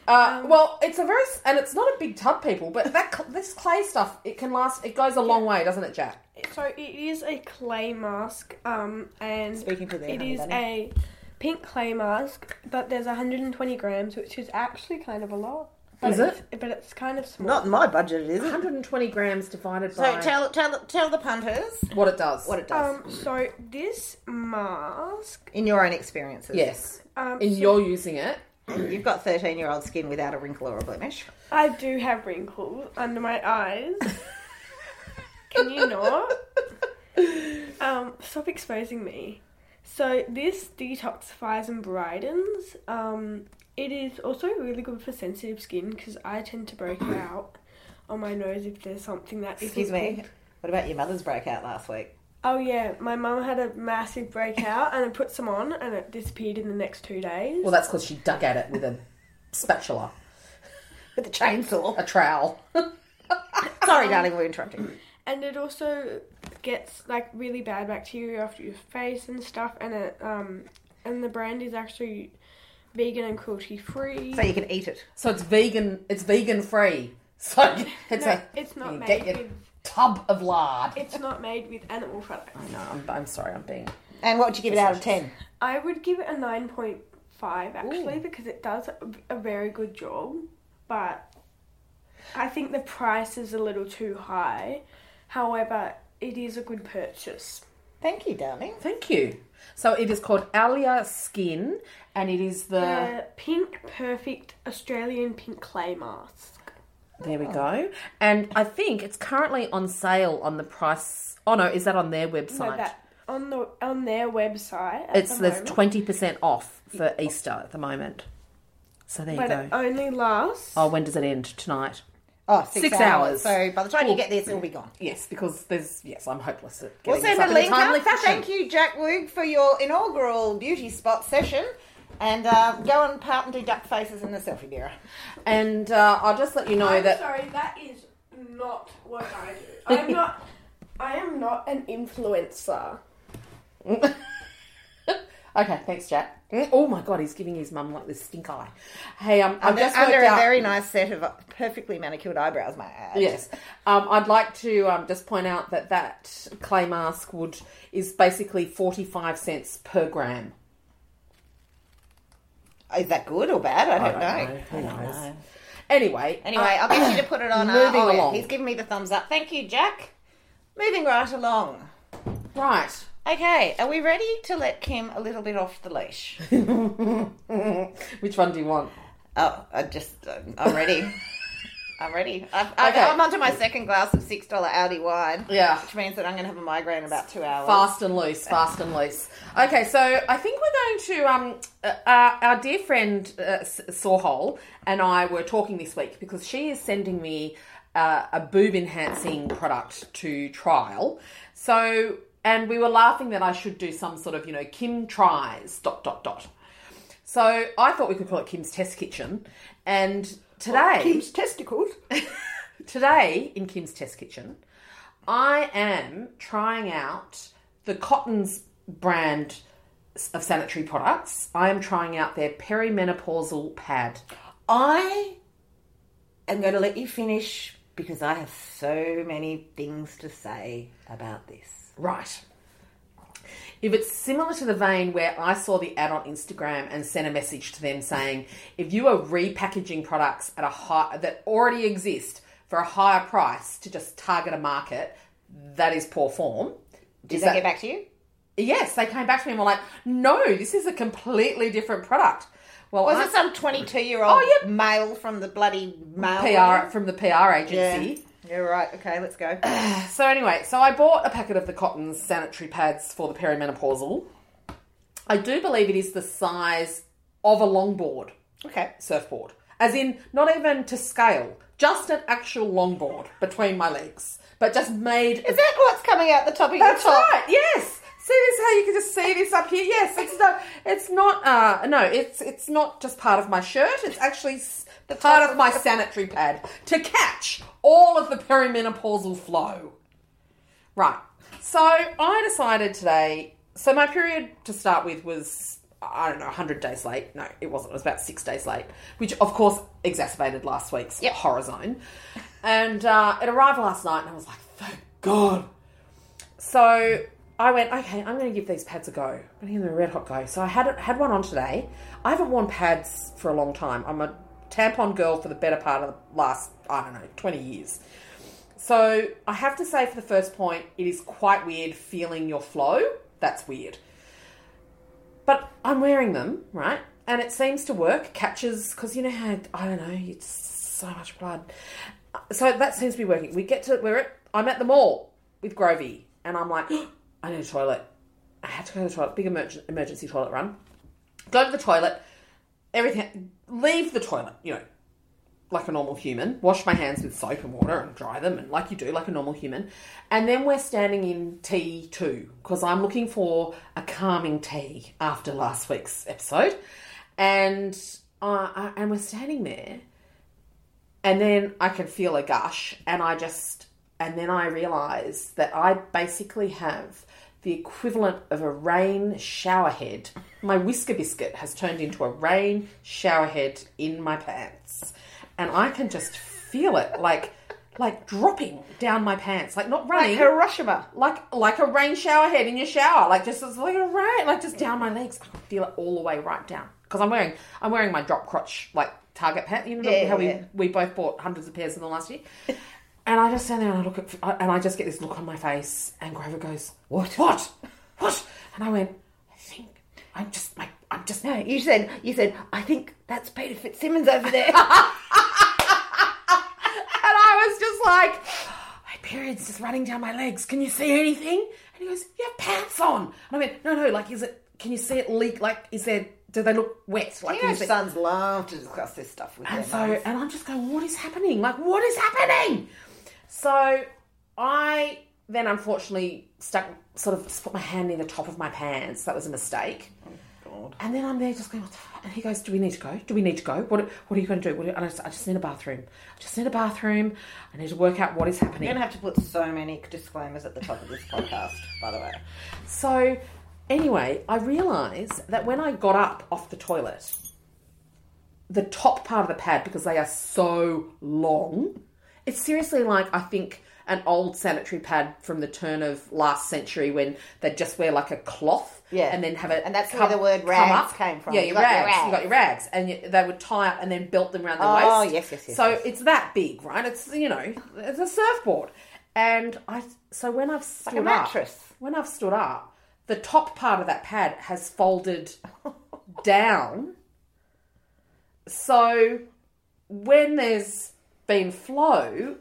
[SPEAKER 1] Uh,
[SPEAKER 3] Um,
[SPEAKER 1] well, it's a very, and it's not a big tub, people, but that cl- this clay stuff, it can last, it goes a long way, doesn't it, Jack?
[SPEAKER 4] So it is a clay mask, um, and
[SPEAKER 3] Speaking for them,
[SPEAKER 4] it
[SPEAKER 3] honey
[SPEAKER 4] is
[SPEAKER 3] bunny.
[SPEAKER 4] a pink clay mask, but there's 120 grams, which is actually kind of a lot. But
[SPEAKER 1] Is
[SPEAKER 4] it's- But it's kind of small.
[SPEAKER 3] Not in my budget, is it?
[SPEAKER 1] 120 grams divided
[SPEAKER 3] So
[SPEAKER 1] by
[SPEAKER 3] tell tell tell the punters
[SPEAKER 1] what it does.
[SPEAKER 3] what it does
[SPEAKER 4] um, so this mask,
[SPEAKER 3] in your own experiences.
[SPEAKER 1] yes,
[SPEAKER 4] um,
[SPEAKER 1] and
[SPEAKER 4] so
[SPEAKER 1] you're using it.
[SPEAKER 3] you've got thirteen year old skin without a wrinkle or a blemish.
[SPEAKER 4] I do have wrinkles under my eyes. Can you not? Um, stop exposing me. So this detoxifies and brightens. Um, it is also really good for sensitive skin because I tend to break out on my nose if there's something that isn't
[SPEAKER 3] Excuse me.
[SPEAKER 4] good.
[SPEAKER 3] What about your mother's breakout last week?
[SPEAKER 4] Oh yeah, my mum had a massive breakout and I put some on and it disappeared in the next two days.
[SPEAKER 1] Well, that's because she dug at it with a spatula,
[SPEAKER 3] With the chainsaw.
[SPEAKER 1] a trowel.
[SPEAKER 3] Sorry, darling, we're interrupting.
[SPEAKER 4] and it also gets like really bad bacteria off your face and stuff and it um and the brand is actually vegan and cruelty free.
[SPEAKER 3] So you can eat it.
[SPEAKER 1] So it's vegan. It's vegan free. So it's
[SPEAKER 4] no,
[SPEAKER 1] a
[SPEAKER 4] it's not
[SPEAKER 1] you
[SPEAKER 4] made
[SPEAKER 1] get your-
[SPEAKER 4] with
[SPEAKER 1] tub of lard.
[SPEAKER 4] it's not made with animal products.
[SPEAKER 1] No, I'm, I'm sorry. I'm being.
[SPEAKER 3] And what would you give it out of ten?
[SPEAKER 4] I would give it a nine point five actually because it does a very good job, but I think the price is a little too high. However, it is a good purchase.
[SPEAKER 3] Thank you, darling.
[SPEAKER 1] Thank you. So it is called Alia Skin, and it is the.
[SPEAKER 4] The pink perfect Australian pink clay mask.
[SPEAKER 1] There we go. And I think it's currently on sale on the price. Oh no, is that on their
[SPEAKER 4] So
[SPEAKER 1] website?
[SPEAKER 4] that on the on their website. At
[SPEAKER 1] it's
[SPEAKER 4] the
[SPEAKER 1] there's
[SPEAKER 4] moment,
[SPEAKER 1] twenty percent off for Easter at the moment. So there you
[SPEAKER 4] but
[SPEAKER 1] go.
[SPEAKER 4] it only lasts.
[SPEAKER 1] Oh, when does it end tonight?
[SPEAKER 3] Oh, six
[SPEAKER 1] Six hours.
[SPEAKER 3] hours. So by the time you get this, it'll be gone.
[SPEAKER 1] Yes, because there's yes, I'm hopeless at
[SPEAKER 3] We'll
[SPEAKER 1] getting
[SPEAKER 3] send
[SPEAKER 1] this up
[SPEAKER 3] a
[SPEAKER 1] in a
[SPEAKER 3] link
[SPEAKER 1] timely
[SPEAKER 3] up.
[SPEAKER 1] fashion.
[SPEAKER 3] Thank you, Jack Woog, for your inaugural beauty spot session. And uh, go and part and do duck faces in the selfie mirror.
[SPEAKER 1] And uh, I'll just let you know
[SPEAKER 4] I'm
[SPEAKER 1] that
[SPEAKER 4] sorry, that is not what I do. I'm not. I am not an influencer.
[SPEAKER 1] Okay, thanks, Jack. Oh my God, he's giving his mum like this stink eye. Hey, um, I've just
[SPEAKER 3] under
[SPEAKER 1] worked
[SPEAKER 3] a
[SPEAKER 1] out-
[SPEAKER 3] very nice set of perfectly manicured eyebrows, my add.
[SPEAKER 1] Yes, um, I'd like to um, just point out that that clay mask would is basically forty five cents per gram.
[SPEAKER 3] Is that good or bad? I don't, know.
[SPEAKER 1] Who knows? Anyway,
[SPEAKER 3] Anyway,
[SPEAKER 1] uh,
[SPEAKER 3] I'll get you to put it on. Uh,
[SPEAKER 1] moving
[SPEAKER 3] oh, yeah,
[SPEAKER 1] along.
[SPEAKER 3] He's giving me the thumbs up. Thank you, Jack. Moving right along.
[SPEAKER 1] right.
[SPEAKER 3] Okay, are we ready to let Kim a little bit off the leash?
[SPEAKER 1] Which one do you want?
[SPEAKER 3] Oh, I just, um, I'm ready. I'm ready. I've, I've,
[SPEAKER 1] Okay.
[SPEAKER 3] I'm onto my second glass of $6 Audi wine,
[SPEAKER 1] Yeah.
[SPEAKER 3] which means that I'm going to have a migraine in about two hours.
[SPEAKER 1] Fast and loose, fast and loose. Okay, so I think we're going to um, uh, our, our dear friend uh, Sawhole and I were talking this week because she is sending me uh, a boob enhancing product to trial. So, and we were laughing that I should do some sort of you know Kim tries dot dot dot. So I thought we could call it Kim's Test Kitchen, and today
[SPEAKER 3] testicles.
[SPEAKER 1] Today in Kim's Test Kitchen, I am trying out the Cotton's brand of sanitary products. I am trying out their perimenopausal pad.
[SPEAKER 3] I am going to let you finish because I have so many things to say about this.
[SPEAKER 1] Right. If it's similar to the vein where I saw the ad on Instagram and sent a message to them saying, if you are repackaging products at a high that already exist for a higher price to just target a market, that is poor form.
[SPEAKER 3] Did
[SPEAKER 1] Is
[SPEAKER 3] they
[SPEAKER 1] that-
[SPEAKER 3] get back to you?
[SPEAKER 1] Yes, they came back to me and were like, "No, this is a completely different product." Well,
[SPEAKER 3] Was
[SPEAKER 1] I-
[SPEAKER 3] it some 22 year old
[SPEAKER 1] Oh, yeah.
[SPEAKER 3] male from the bloody mail?
[SPEAKER 1] PR from the PR
[SPEAKER 3] Yeah.
[SPEAKER 1] agency.
[SPEAKER 3] You're right. Okay, let's go.
[SPEAKER 1] So anyway, so I bought a packet of the Cotton's sanitary pads for the perimenopausal. I do believe it is the size of a longboard
[SPEAKER 3] okay.
[SPEAKER 1] surfboard, as in not even to scale, just an actual longboard between my legs, but just made
[SPEAKER 3] Is that what's coming out the top of
[SPEAKER 1] That's
[SPEAKER 3] your top?
[SPEAKER 1] right. Yes. See this? How you can just see this up here? Yes. It's not. It's not. Uh, no. It's it's not just part of my shirt. It's actually s- part of my sanitary pad to catch all of the perimenopausal flow. Right. So I decided today. So my period to start with was I don't know 100 days late. No, it wasn't. It was about six days late, which of course exacerbated last week's horror zone. And uh, it arrived last night, and I was like, thank God. So I went, okay, I'm going to give these pads a go. I'm going to give them a red hot go. So I had had one on today. I haven't worn pads for a long time. I'm a tampon girl for the better part of the last, I don't know, 20 years. So I have to say, for the first point, it is quite weird feeling your flow. That's weird. But I'm wearing them, right? And it seems to work. Catches, because you know how, I don't know, it's so much blood. So that seems to be working. We get to, we're at, I'm at the mall with Grovey, and I'm like, I need a toilet. I had to go to the toilet, big emergen- emergency toilet run. Go to the toilet, everything, leave the toilet, you know, like a normal human, wash my hands with soap and water and dry them, and like you do, like a normal human. And then we're standing in tea two because I'm looking for a calming tea after last week's episode, and uh, I- and we're standing there, and then I can feel a gush, and I just and then I realize that I basically have the equivalent of a rain showerhead. My whisker biscuit has turned into a rain showerhead in my pants, and I can just feel it like like dropping down my pants, like not running,
[SPEAKER 3] Hiroshima.
[SPEAKER 1] like like a rain shower head in your shower, like just it's like a rain, like just down my legs. I can feel it all the way right down because I'm wearing I'm wearing my drop crotch like Target pant. You know
[SPEAKER 3] Yeah,
[SPEAKER 1] how
[SPEAKER 3] yeah.
[SPEAKER 1] we we both bought hundreds of pairs in the last year. And I just stand there and I look at, and I just get this look on my face. And Grover goes, "What? What? What?" And I went, "I think I'm just, my, I'm just now."
[SPEAKER 3] You said, you said, I think that's Peter Fitzsimmons over there.
[SPEAKER 1] And I was just like, my period's just running down my legs. Can you see anything? And he goes, you have pants on. And I went, no, no, like, is it, can you see it leak? Like, is there, do they look wet? Like,
[SPEAKER 3] you know,
[SPEAKER 1] is it-
[SPEAKER 3] sons love to discuss this stuff with
[SPEAKER 1] and
[SPEAKER 3] their
[SPEAKER 1] so,
[SPEAKER 3] mums.
[SPEAKER 1] and I'm just going, what is happening? Like, what is happening? So I then unfortunately stuck, sort of put my hand near the top of my pants. That was a mistake. And then I'm there just going, what the fuck? And he goes, do we need to go? Do we need to go? What, what are you going to do? What are you-" and I just, I just need a bathroom. I just need a bathroom. I need to work out what is happening.
[SPEAKER 3] You're going to have to put so many disclaimers at the top of this podcast, by the way.
[SPEAKER 1] So, anyway, I realised that when I got up off the toilet, the top part of the pad, because they are so long, it's seriously like I think an old sanitary pad from the turn of last century when they just wear like a cloth
[SPEAKER 3] Yeah.
[SPEAKER 1] and then have it
[SPEAKER 3] And that's
[SPEAKER 1] come-
[SPEAKER 3] where the word
[SPEAKER 1] come
[SPEAKER 3] rags
[SPEAKER 1] up.
[SPEAKER 3] came from.
[SPEAKER 1] Yeah,
[SPEAKER 3] You
[SPEAKER 1] your
[SPEAKER 3] got your
[SPEAKER 1] rags. You got your rags. And you, they would tie up and then belt them around their
[SPEAKER 3] Oh,
[SPEAKER 1] waist.
[SPEAKER 3] yes, yes, yes,
[SPEAKER 1] So
[SPEAKER 3] yes.
[SPEAKER 1] it's that big, right? It's, you know, it's a surfboard. And I, so when I've stood
[SPEAKER 3] a mattress.
[SPEAKER 1] up, when I've stood up, the top part of that pad has folded down. So when there's been flow,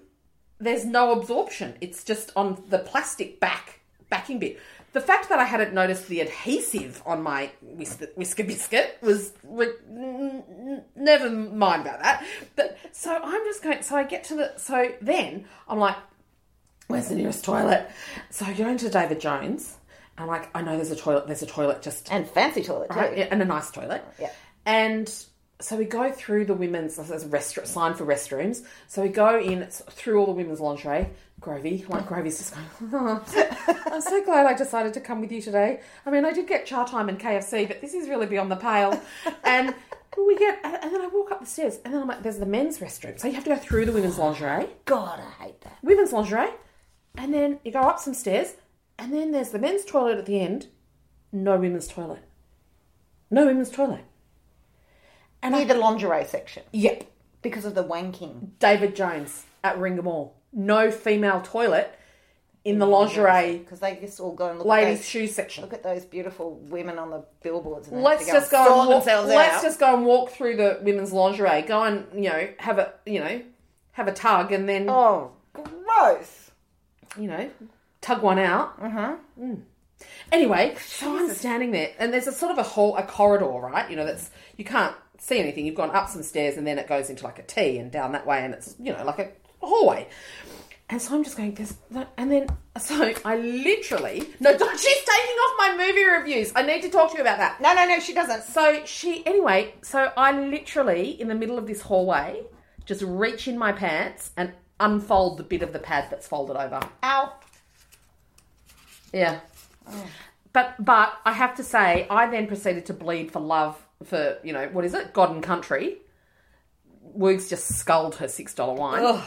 [SPEAKER 1] there's no absorption. It's just on the plastic back backing bit. The fact that I hadn't noticed the adhesive on my whisker, whisker biscuit was re- n- n- never mind about that. But so I'm just going. So I get to the. So then I'm like, where's the nearest toilet? So I go into David Jones. and I'm like, I know there's a toilet. There's a toilet just
[SPEAKER 3] And fancy toilet, too.
[SPEAKER 1] Right, yeah, and a nice toilet.
[SPEAKER 3] Yeah.
[SPEAKER 1] And so we go through the women's there's a restaurant sign for restrooms. So we go in it's through all the women's lingerie. Grovey, like Grovey's just going. I'm so glad I decided to come with you today. I mean, I did get char time and KFC, but this is really beyond the pale. And we get, and and then I walk up the stairs, and then I'm like, there's the men's restroom. So you have to go through the women's lingerie
[SPEAKER 3] God, I hate that.
[SPEAKER 1] women's lingerie, and then you go up some stairs, and then there's the men's toilet at the end. No women's toilet. No women's toilet. And
[SPEAKER 3] Near
[SPEAKER 1] I,
[SPEAKER 3] the lingerie section
[SPEAKER 1] yep,
[SPEAKER 3] because of the wanking.
[SPEAKER 1] David Jones at Ringa Mall. No female toilet in the lingerie
[SPEAKER 3] Because they just all go and look at
[SPEAKER 1] ladies'
[SPEAKER 3] those,
[SPEAKER 1] shoe section.
[SPEAKER 3] look at those beautiful women on the billboards. And they have
[SPEAKER 1] Let's
[SPEAKER 3] to go
[SPEAKER 1] just
[SPEAKER 3] and
[SPEAKER 1] go.
[SPEAKER 3] sort
[SPEAKER 1] And walk,
[SPEAKER 3] themselves
[SPEAKER 1] let's
[SPEAKER 3] out.
[SPEAKER 1] just go and walk through the women's lingerie. Go and you know have a you know have a tug, and then
[SPEAKER 3] Oh, gross.
[SPEAKER 1] you know, tug one out. Uh huh. Anyway, so I'm standing there, and there's a sort of a hall, a corridor, right? You know, that's you can't see anything. You've gone up some stairs, and then it goes into like a T, and down that way, and it's you know like a hallway. And so I'm just going this, and then so I literally no, don't- she's taking off my movie reviews. I need to talk to you about that.
[SPEAKER 3] No, no, no, she doesn't.
[SPEAKER 1] So she, anyway, so I literally, in the middle of this hallway, just reach in my pants and unfold the bit of the pad that's folded over.
[SPEAKER 3] Ow.
[SPEAKER 1] Yeah. But but I have to say, I then proceeded to bleed for love for you know what is it, God and country. Woogs just sculled her six dollar wine.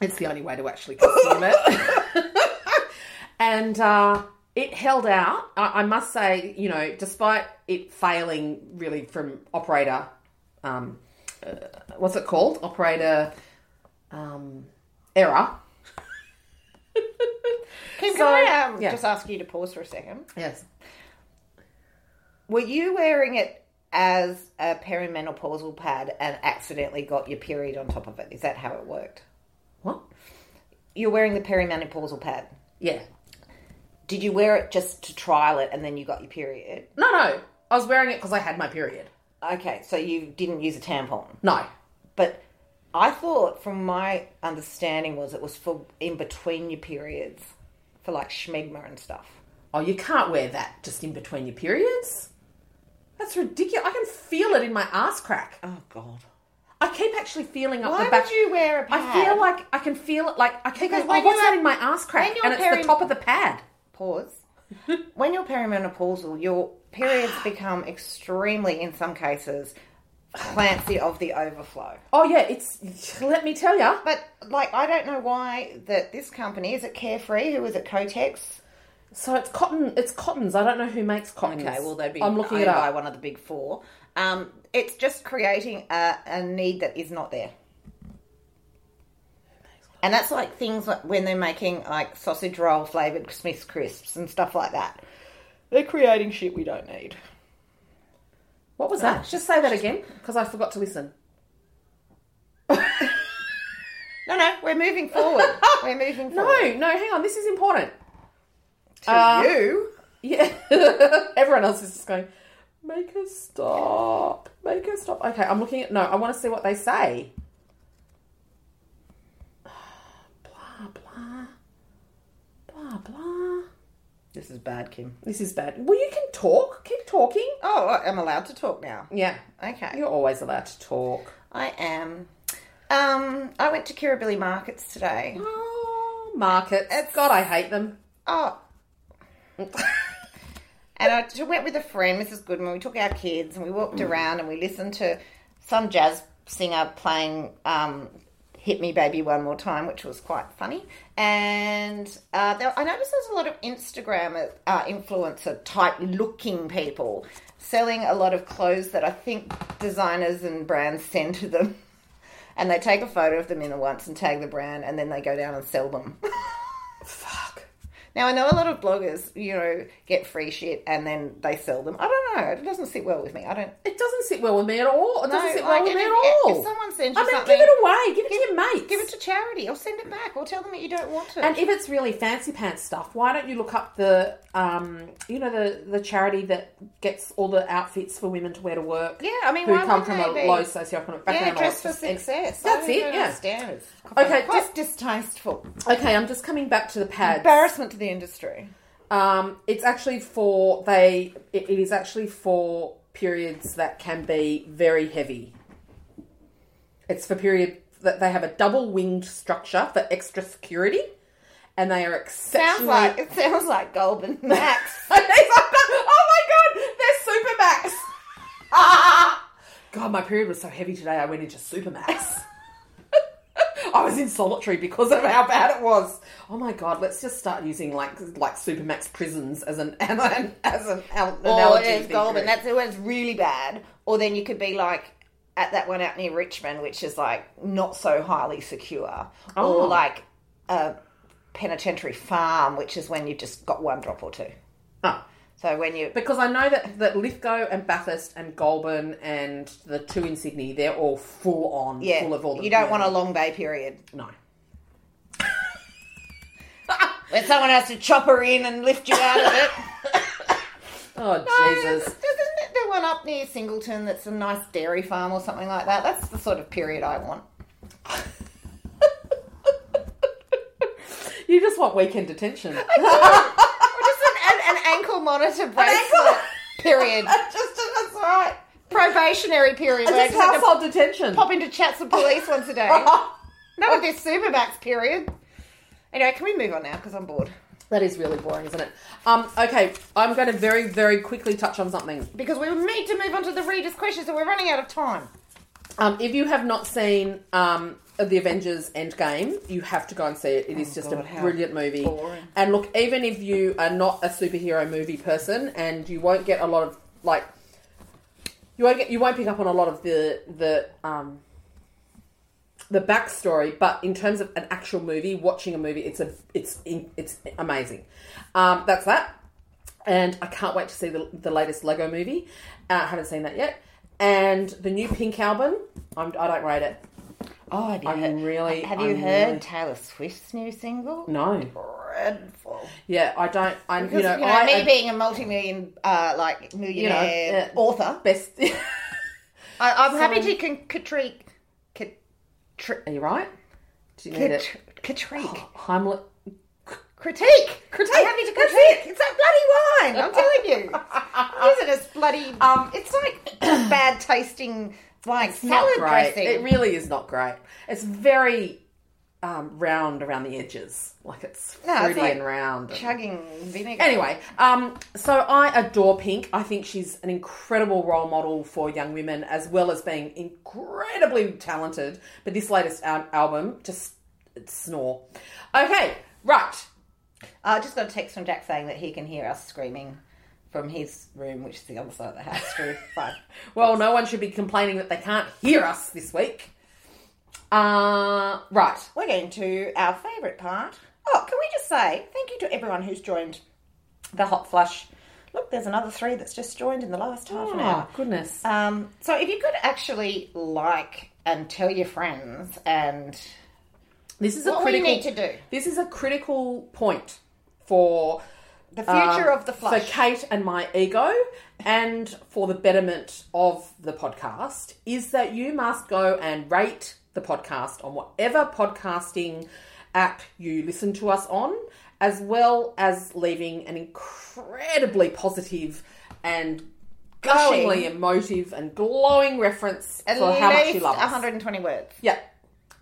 [SPEAKER 1] It's the only way to actually consume it. and uh, it held out. I, I must say, you know, despite it failing really from operator, um, uh, what's it called? Operator um, error.
[SPEAKER 3] Kim,
[SPEAKER 1] So-
[SPEAKER 3] can I um,
[SPEAKER 1] yeah.
[SPEAKER 3] just ask you to pause for a second?
[SPEAKER 1] Yes.
[SPEAKER 3] Were you wearing it as a perimenopausal pad and accidentally got your period on top of it? Is that how it worked?
[SPEAKER 1] What?
[SPEAKER 3] You're wearing the perimenopausal pad.
[SPEAKER 1] Yeah.
[SPEAKER 3] Did you wear it just to trial it and then you got your period?
[SPEAKER 1] No, no. I was wearing it because I had my period.
[SPEAKER 3] Okay, so you didn't use a tampon.
[SPEAKER 1] No.
[SPEAKER 3] But I thought, from my understanding, was it was for in between your periods, for like schmegma and stuff.
[SPEAKER 1] Oh, you can't wear that just in between your periods. That's ridiculous. I can feel it in my ass crack.
[SPEAKER 3] Oh God!
[SPEAKER 1] I keep actually feeling up
[SPEAKER 3] Why
[SPEAKER 1] the back.
[SPEAKER 3] would you wear a pad?
[SPEAKER 1] I feel like I can feel it. Like I keep
[SPEAKER 3] Because
[SPEAKER 1] going,
[SPEAKER 3] when
[SPEAKER 1] oh, what's
[SPEAKER 3] you're-
[SPEAKER 1] that in my ass crack?
[SPEAKER 3] when you're
[SPEAKER 1] And it's
[SPEAKER 3] peri-
[SPEAKER 1] the top of the pad.
[SPEAKER 3] pause. when you're perimenopausal, your periods become extremely, in some cases, clancy of the overflow.
[SPEAKER 1] Oh yeah, it's let me tell ya.
[SPEAKER 3] But like, I don't know why that this company is it Carefree? Who is it? Kotex?
[SPEAKER 1] So it's cotton. It's cottons. I don't know who makes cottons.
[SPEAKER 3] Okay, well they'd be
[SPEAKER 1] I'm looking
[SPEAKER 3] owned
[SPEAKER 1] it up.
[SPEAKER 3] by one of the big four. Um, it's just creating a, a need that is not there. And that's like things like when they're making like sausage roll flavored Smith's crisps and stuff like that. They're creating shit we don't need.
[SPEAKER 1] What was that? Just say that again, because I forgot to listen.
[SPEAKER 3] No, no, we're moving forward. we're moving
[SPEAKER 1] No,
[SPEAKER 3] forward. Uh,
[SPEAKER 1] no, hang on. This is important.
[SPEAKER 3] to you.
[SPEAKER 1] Uh, Yeah. Everyone else is just going, make her stop. Make her stop. Okay, I'm looking at. No, I want to see what they say. Blah, blah. Blah, blah.
[SPEAKER 3] This is bad, Kim.
[SPEAKER 1] This is bad. Well, you can talk. Keep talking.
[SPEAKER 3] Oh, I'm allowed to talk now.
[SPEAKER 1] Yeah.
[SPEAKER 3] Okay.
[SPEAKER 1] You're always allowed to talk.
[SPEAKER 3] I am. Um, I went to Kirribilli Markets today.
[SPEAKER 1] Oh, markets. God, I hate them.
[SPEAKER 3] Oh. and I t- went with a friend, Mrs. Goodman. We took our kids and we walked around and we listened to some jazz singer playing um, Hit Me Baby One More Time, which was quite funny. And uh, there, I noticed there's a lot of Instagram uh, influencer type looking people selling a lot of clothes that I think designers and brands send to them. And they take a photo of them in the once and tag the brand, and then they go down and sell them.
[SPEAKER 1] Fuck.
[SPEAKER 3] Now I know a lot of bloggers, you know, get free shit and then they sell them. I don't know. It doesn't sit well with me. I don't.
[SPEAKER 1] It doesn't sit well with me at all. It doesn't
[SPEAKER 3] No,
[SPEAKER 1] sit well
[SPEAKER 3] like,
[SPEAKER 1] with
[SPEAKER 3] and
[SPEAKER 1] me at
[SPEAKER 3] if-
[SPEAKER 1] all.
[SPEAKER 3] If someone sends you
[SPEAKER 1] I mean,
[SPEAKER 3] something,
[SPEAKER 1] give it away. Give it to your mates.
[SPEAKER 3] give it to charity or send it back or tell them that you don't want it.
[SPEAKER 1] And if it's really fancy pants stuff, why don't you look up the, um, you know, the the charity that gets all the outfits for women to wear to work?
[SPEAKER 3] yeah, I mean,
[SPEAKER 1] who
[SPEAKER 3] why
[SPEAKER 1] come
[SPEAKER 3] would
[SPEAKER 1] from
[SPEAKER 3] they
[SPEAKER 1] a
[SPEAKER 3] be?
[SPEAKER 1] low socioeconomic background?
[SPEAKER 3] Yeah,
[SPEAKER 1] or
[SPEAKER 3] dress for
[SPEAKER 1] just- and-
[SPEAKER 3] success.
[SPEAKER 1] That's
[SPEAKER 3] I
[SPEAKER 1] it.
[SPEAKER 3] don't
[SPEAKER 1] Yeah.
[SPEAKER 3] Understand. It's
[SPEAKER 1] Okay,
[SPEAKER 3] quite
[SPEAKER 1] just-
[SPEAKER 3] distasteful.
[SPEAKER 1] Okay, I'm just coming back to the pads.
[SPEAKER 3] Embarrassment to the industry.
[SPEAKER 1] Um, it's actually for they. It, it is actually for periods that can be very heavy. It's for period that they have a double winged structure for extra security, and they are
[SPEAKER 3] Sounds
[SPEAKER 1] exceptionally
[SPEAKER 3] like it sounds like Goldman Max.
[SPEAKER 1] oh my god, they're Supermax. god, my period was so heavy today. I went into Supermax. I was in solitary because of how bad it was. Oh my god, let's just start using like like Supermax prisons as an as an, as an al-
[SPEAKER 3] or
[SPEAKER 1] analogy.
[SPEAKER 3] it's
[SPEAKER 1] for
[SPEAKER 3] Oh, Goldman.
[SPEAKER 1] period.
[SPEAKER 3] That's when it's really bad. Or then you could be like at that one out near Richmond, which is like not so highly secure,
[SPEAKER 1] Oh.
[SPEAKER 3] or like a penitentiary farm, which is when you've just got one drop or two.
[SPEAKER 1] Oh.
[SPEAKER 3] So when you
[SPEAKER 1] Because I know that, that Lithgow and Bathurst and Goulburn and the two in Sydney, they're all full on,
[SPEAKER 3] yeah,
[SPEAKER 1] full of all the.
[SPEAKER 3] you don't want a long bay period
[SPEAKER 1] No.
[SPEAKER 3] where someone has to chop her in and lift you out of it.
[SPEAKER 1] Oh, Jesus.
[SPEAKER 3] Isn't it the one up near Singleton that's a nice dairy farm or something like that? That's the sort of period I want.
[SPEAKER 1] You just want weekend detention.
[SPEAKER 3] Or just an, an, an ankle monitor bracelet period.
[SPEAKER 1] just that's right.
[SPEAKER 3] probationary period. Where I
[SPEAKER 1] Just
[SPEAKER 3] just had to
[SPEAKER 1] household detention.
[SPEAKER 3] pop into chats with police once a day. Not with this supermax period. Anyway, can we move on now? Because I'm bored.
[SPEAKER 1] that is really boring, isn't it? Um, okay, I'm going to very, very quickly touch on something.
[SPEAKER 3] Because we need to move on to the readers' questions, and we're running out of time.
[SPEAKER 1] Um, if you have not seen um, the Avengers Endgame, you have to go and see it. It is just
[SPEAKER 3] Oh God,
[SPEAKER 1] a
[SPEAKER 3] how
[SPEAKER 1] brilliant movie.
[SPEAKER 3] boring.
[SPEAKER 1] And look, even if you are not a superhero movie person, and you won't get a lot of like, you won't get, you won't pick up on a lot of the the um, the backstory. But in terms of an actual movie, watching a movie, it's a it's in- it's amazing. Um, that's that and I can't wait to see the, the latest Lego movie. Uh, I haven't seen that yet. And the new Pink album, I'm, I don't rate it.
[SPEAKER 3] Oh, have you
[SPEAKER 1] I'm really-
[SPEAKER 3] Have you
[SPEAKER 1] I'm
[SPEAKER 3] heard
[SPEAKER 1] really-
[SPEAKER 3] Taylor Swift's new single?
[SPEAKER 1] No,
[SPEAKER 3] Dreadful.
[SPEAKER 1] yeah, I don't. I you
[SPEAKER 3] Because,
[SPEAKER 1] know, I
[SPEAKER 3] me
[SPEAKER 1] am
[SPEAKER 3] being a multi-million, uh, like millionaire
[SPEAKER 1] yeah.
[SPEAKER 3] author,
[SPEAKER 1] best.
[SPEAKER 3] I, I'm happy
[SPEAKER 1] So-
[SPEAKER 3] to con- Katrique, Kat- tri-
[SPEAKER 1] Are you right? Do you need it?
[SPEAKER 3] Kat- Katrique,
[SPEAKER 1] Heimlich.
[SPEAKER 3] critique.
[SPEAKER 1] Oh. Critique.
[SPEAKER 3] I'm happy to
[SPEAKER 1] That's
[SPEAKER 3] critique. It's that bloody wine. I'm telling you. Isn't it? It's bloody. Um, it's like bad tasting like
[SPEAKER 1] Not
[SPEAKER 3] salad
[SPEAKER 1] great.
[SPEAKER 3] dressing.
[SPEAKER 1] It really is not great. It's very um, round around the edges, like it's
[SPEAKER 3] No, it's
[SPEAKER 1] fruity
[SPEAKER 3] like
[SPEAKER 1] and round. and-
[SPEAKER 3] Chugging vinegar.
[SPEAKER 1] Anyway, um, so I adore Pink. I think she's an incredible role model for young women, as well as being incredibly talented. But this latest al- album just it's snore. Okay, right.
[SPEAKER 3] I just got a text from Jack saying that he can hear us screaming from his room, which is the other side of the house. Through five.
[SPEAKER 1] Well, no one should be complaining that they can't hear us this week. Uh, right.
[SPEAKER 3] We're going to our favourite part. Oh, can we just say thank you to everyone who's joined the Hot Flush? Look, there's another three that's just joined in the last half an hour.
[SPEAKER 1] Oh goodness.
[SPEAKER 3] Um, so if you could actually like and tell your friends and
[SPEAKER 1] This is a
[SPEAKER 3] what we
[SPEAKER 1] critical.
[SPEAKER 3] need to do.
[SPEAKER 1] This is a critical point for
[SPEAKER 3] the future
[SPEAKER 1] um,
[SPEAKER 3] of the flush.
[SPEAKER 1] for Kate and my ego, and for the betterment of the podcast, is that you must go and rate the podcast on whatever podcasting app you listen to us on, as well as leaving an incredibly positive and gushingly emotive and glowing reference
[SPEAKER 3] At
[SPEAKER 1] for how much you
[SPEAKER 3] least
[SPEAKER 1] love us.
[SPEAKER 3] 120 words.
[SPEAKER 1] Yeah.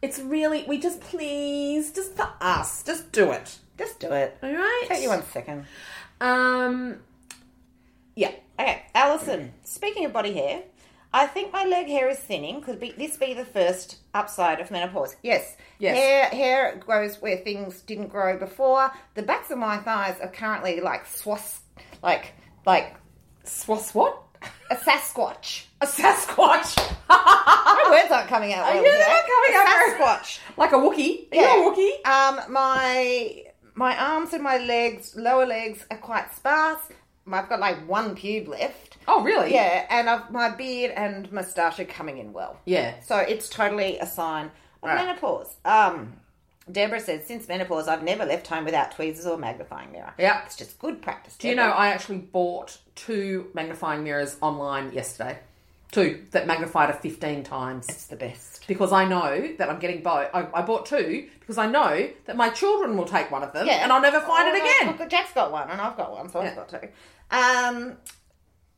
[SPEAKER 1] It's really, we just please, just for us, just do it.
[SPEAKER 3] Just do it.
[SPEAKER 1] All right?
[SPEAKER 3] Take you one second.
[SPEAKER 1] Um, yeah.
[SPEAKER 3] Okay, Alison, speaking of body hair, I think my leg hair is thinning. Could be this be the first upside of menopause? Yes.
[SPEAKER 1] Yes.
[SPEAKER 3] Hair hair grows where things didn't grow before. The backs of my thighs are currently like swas like like
[SPEAKER 1] Swas what?
[SPEAKER 3] a Sasquatch.
[SPEAKER 1] A Sasquatch.
[SPEAKER 3] My words aren't coming out. well
[SPEAKER 1] yeah, they're
[SPEAKER 3] today.
[SPEAKER 1] not coming
[SPEAKER 3] A
[SPEAKER 1] out very-
[SPEAKER 3] Sasquatch.
[SPEAKER 1] like a Wookie.
[SPEAKER 3] Yeah.
[SPEAKER 1] You're a Wookie.
[SPEAKER 3] Um, my my arms and my legs, lower legs, are quite sparse. I've got like one pube left.
[SPEAKER 1] Oh, really?
[SPEAKER 3] Yeah, and I've, my beard and moustache are coming in well.
[SPEAKER 1] Yeah.
[SPEAKER 3] So it's totally a sign of
[SPEAKER 1] Right.
[SPEAKER 3] menopause. Um, Deborah says, since menopause, I've never left home without tweezers or magnifying mirror.
[SPEAKER 1] Yeah.
[SPEAKER 3] It's just good practice.
[SPEAKER 1] Do you know, I actually bought two magnifying mirrors online yesterday. Two that magnified her 15 times.
[SPEAKER 3] It's the best.
[SPEAKER 1] Because I know that I'm getting both. I, I bought two because I know that my children will take one of them and I'll never find
[SPEAKER 3] Oh,
[SPEAKER 1] it
[SPEAKER 3] no,
[SPEAKER 1] again.
[SPEAKER 3] look, Jack's got one, and I've got one, so I've
[SPEAKER 1] Yeah.
[SPEAKER 3] got two. Um,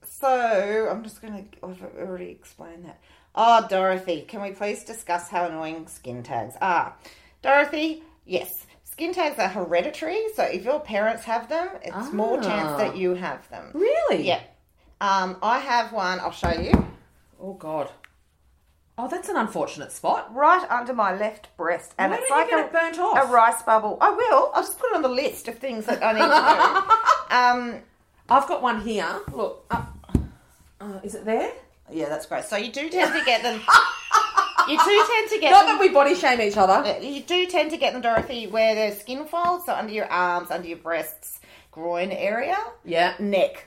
[SPEAKER 3] so I'm just going to. I've already explained that. Oh, Dorothy, can we please discuss how annoying skin tags are? Dorothy, yes. Skin tags are hereditary, so if your parents have them, it's more
[SPEAKER 1] Ah.
[SPEAKER 3] chance that you have them.
[SPEAKER 1] Really?
[SPEAKER 3] Yeah. Um, I have one. I'll show you.
[SPEAKER 1] Oh, God. Oh, that's an unfortunate spot.
[SPEAKER 3] Right under my left breast, and
[SPEAKER 1] Why
[SPEAKER 3] it's
[SPEAKER 1] don't you get
[SPEAKER 3] like a,
[SPEAKER 1] it burnt off?
[SPEAKER 3] a rice bubble. I will. I'll just put it on the list of things that I need to do. um,
[SPEAKER 1] I've got one here. Look. Up. Uh, is it there?
[SPEAKER 3] Yeah, that's gross. So you do tend to get them. you do tend to get
[SPEAKER 1] Not
[SPEAKER 3] them.
[SPEAKER 1] that we body shame each other.
[SPEAKER 3] You do tend to get them, Dorothy, where there's skin folds, so under your arms, under your breasts, groin area,
[SPEAKER 1] Yeah.
[SPEAKER 3] neck,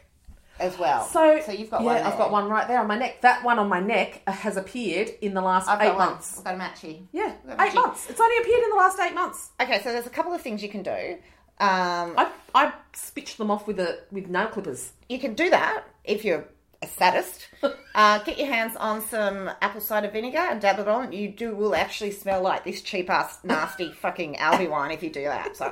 [SPEAKER 3] as well.
[SPEAKER 1] So,
[SPEAKER 3] so you've got
[SPEAKER 1] yeah,
[SPEAKER 3] one.
[SPEAKER 1] I've
[SPEAKER 3] there.
[SPEAKER 1] got one right there on my neck. That one on my neck has appeared in the last
[SPEAKER 3] I've
[SPEAKER 1] eight
[SPEAKER 3] got one.
[SPEAKER 1] months.
[SPEAKER 3] I've got a matchy.
[SPEAKER 1] Yeah,
[SPEAKER 3] I've got a
[SPEAKER 1] eight
[SPEAKER 3] matchy.
[SPEAKER 1] months. It's only appeared in the last eight months.
[SPEAKER 3] Okay, so there's a couple of things you can do. Um,
[SPEAKER 1] I I spitched them off with a with nail clippers.
[SPEAKER 3] you can do that if you're a sadist. uh, get your hands on some apple cider vinegar and dab it on. You do will actually smell like this cheap ass nasty fucking Aldi wine if you do that. So,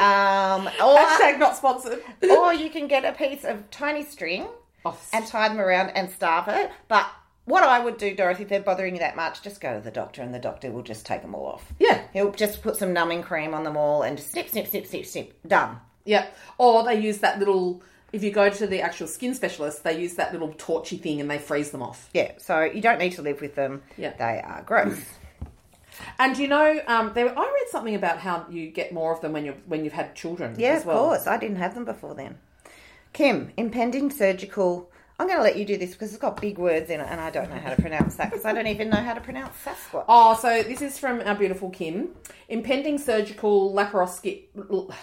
[SPEAKER 3] um, or,
[SPEAKER 1] Hashtag not sponsored.
[SPEAKER 3] or you can get a piece of tiny string
[SPEAKER 1] Oh,
[SPEAKER 3] Oh. and tie them around and starve it. But what I would do, Dorothy, if they're bothering you that much, just go to the doctor and the doctor will just take them all off.
[SPEAKER 1] yeah,
[SPEAKER 3] He'll just put some numbing cream on them all and just snip, snip, snip, snip, snip. Done.
[SPEAKER 1] yeah. Or they use that little. If you go to the actual skin specialist, they use that little torchy thing and they freeze them off.
[SPEAKER 3] Yeah, so you don't need to live with them.
[SPEAKER 1] Yeah.
[SPEAKER 3] They are gross.
[SPEAKER 1] And you know, um, there, I read something about how you get more of them when you when you've had children.
[SPEAKER 3] Yeah,
[SPEAKER 1] as well.
[SPEAKER 3] of course. I didn't have them before then. Kim, impending surgical. I'm going to let you do this because it's got big words in it, and I don't know how to pronounce that because I don't even know how to pronounce Sasquatch.
[SPEAKER 1] Oh, so this is from our beautiful Kim. Impending surgical laparoscopic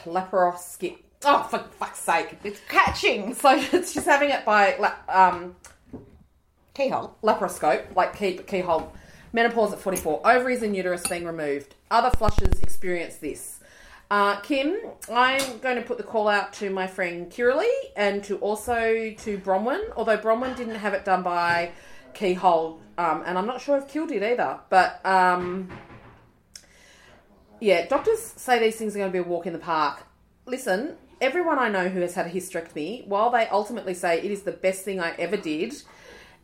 [SPEAKER 1] laparoscopic. Oh, for fuck's sake!
[SPEAKER 3] It's catching
[SPEAKER 1] So she's having it by la- um,
[SPEAKER 3] keyhole.
[SPEAKER 1] laparoscope, like key, keyhole. Menopause at 44, ovaries and uterus being removed. Other flushes experience this. Uh, Kim, I'm going to put the call out to my friend Kiralee and to also to Bronwyn, although Bronwyn didn't have it done by keyhole, um, and I'm not sure if Kill did either, but um, yeah, doctors say these things are going to be a walk in the park. Listen, everyone I know who has had a hysterectomy, while they ultimately say it is the best thing I ever did,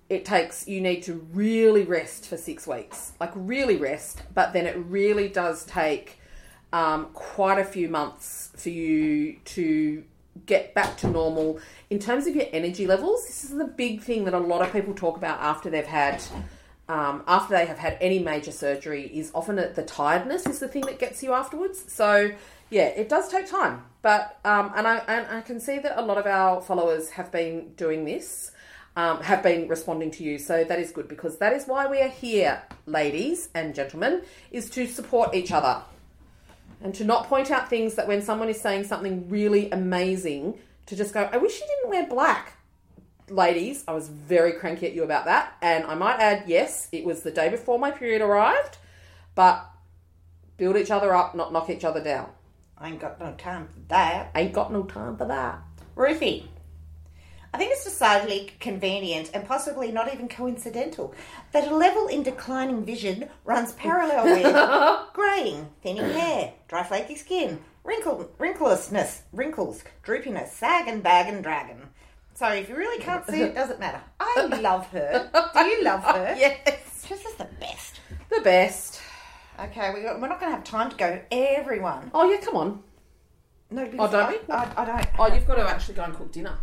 [SPEAKER 1] it takes you need to really rest for six weeks like really rest but then it really does take um, quite a few months for you to get back to normal in terms of your energy levels this is the big thing that a lot of people talk about after they've had um, after they have had any major surgery is often the tiredness is the thing that gets you afterwards so yeah it does take time but um, and I and I can see that a lot of our followers have been doing this um, have been responding to you. So that is good because that is why we are here, ladies and gentlemen, is to support each other and to not point out things that when someone is saying something really amazing, to just go, I wish you didn't wear black. Ladies, I was very cranky at you about that. And I might add, yes, it was the day before my period arrived, but build each other up, not knock each other down.
[SPEAKER 3] I ain't got no time for that.
[SPEAKER 1] Ain't got no time for that.
[SPEAKER 3] Ruthie. I think it's decidedly convenient and possibly not even coincidental that a level in declining vision runs parallel with graying, thinning hair, dry flaky skin, wrinkle, wrinklelessness, wrinkles, droopiness, sag and bag and dragon. So if you really can't see it, doesn't matter. I love her. Do you love her?
[SPEAKER 1] Yes.
[SPEAKER 3] She's just the best.
[SPEAKER 1] The best.
[SPEAKER 3] Okay, we got, we're not going to have time to go everyone.
[SPEAKER 1] Oh, yeah, come on.
[SPEAKER 3] No, because
[SPEAKER 1] Oh, don't
[SPEAKER 3] I,
[SPEAKER 1] we?
[SPEAKER 3] I, I don't.
[SPEAKER 1] Oh, you've got to actually go and cook dinner.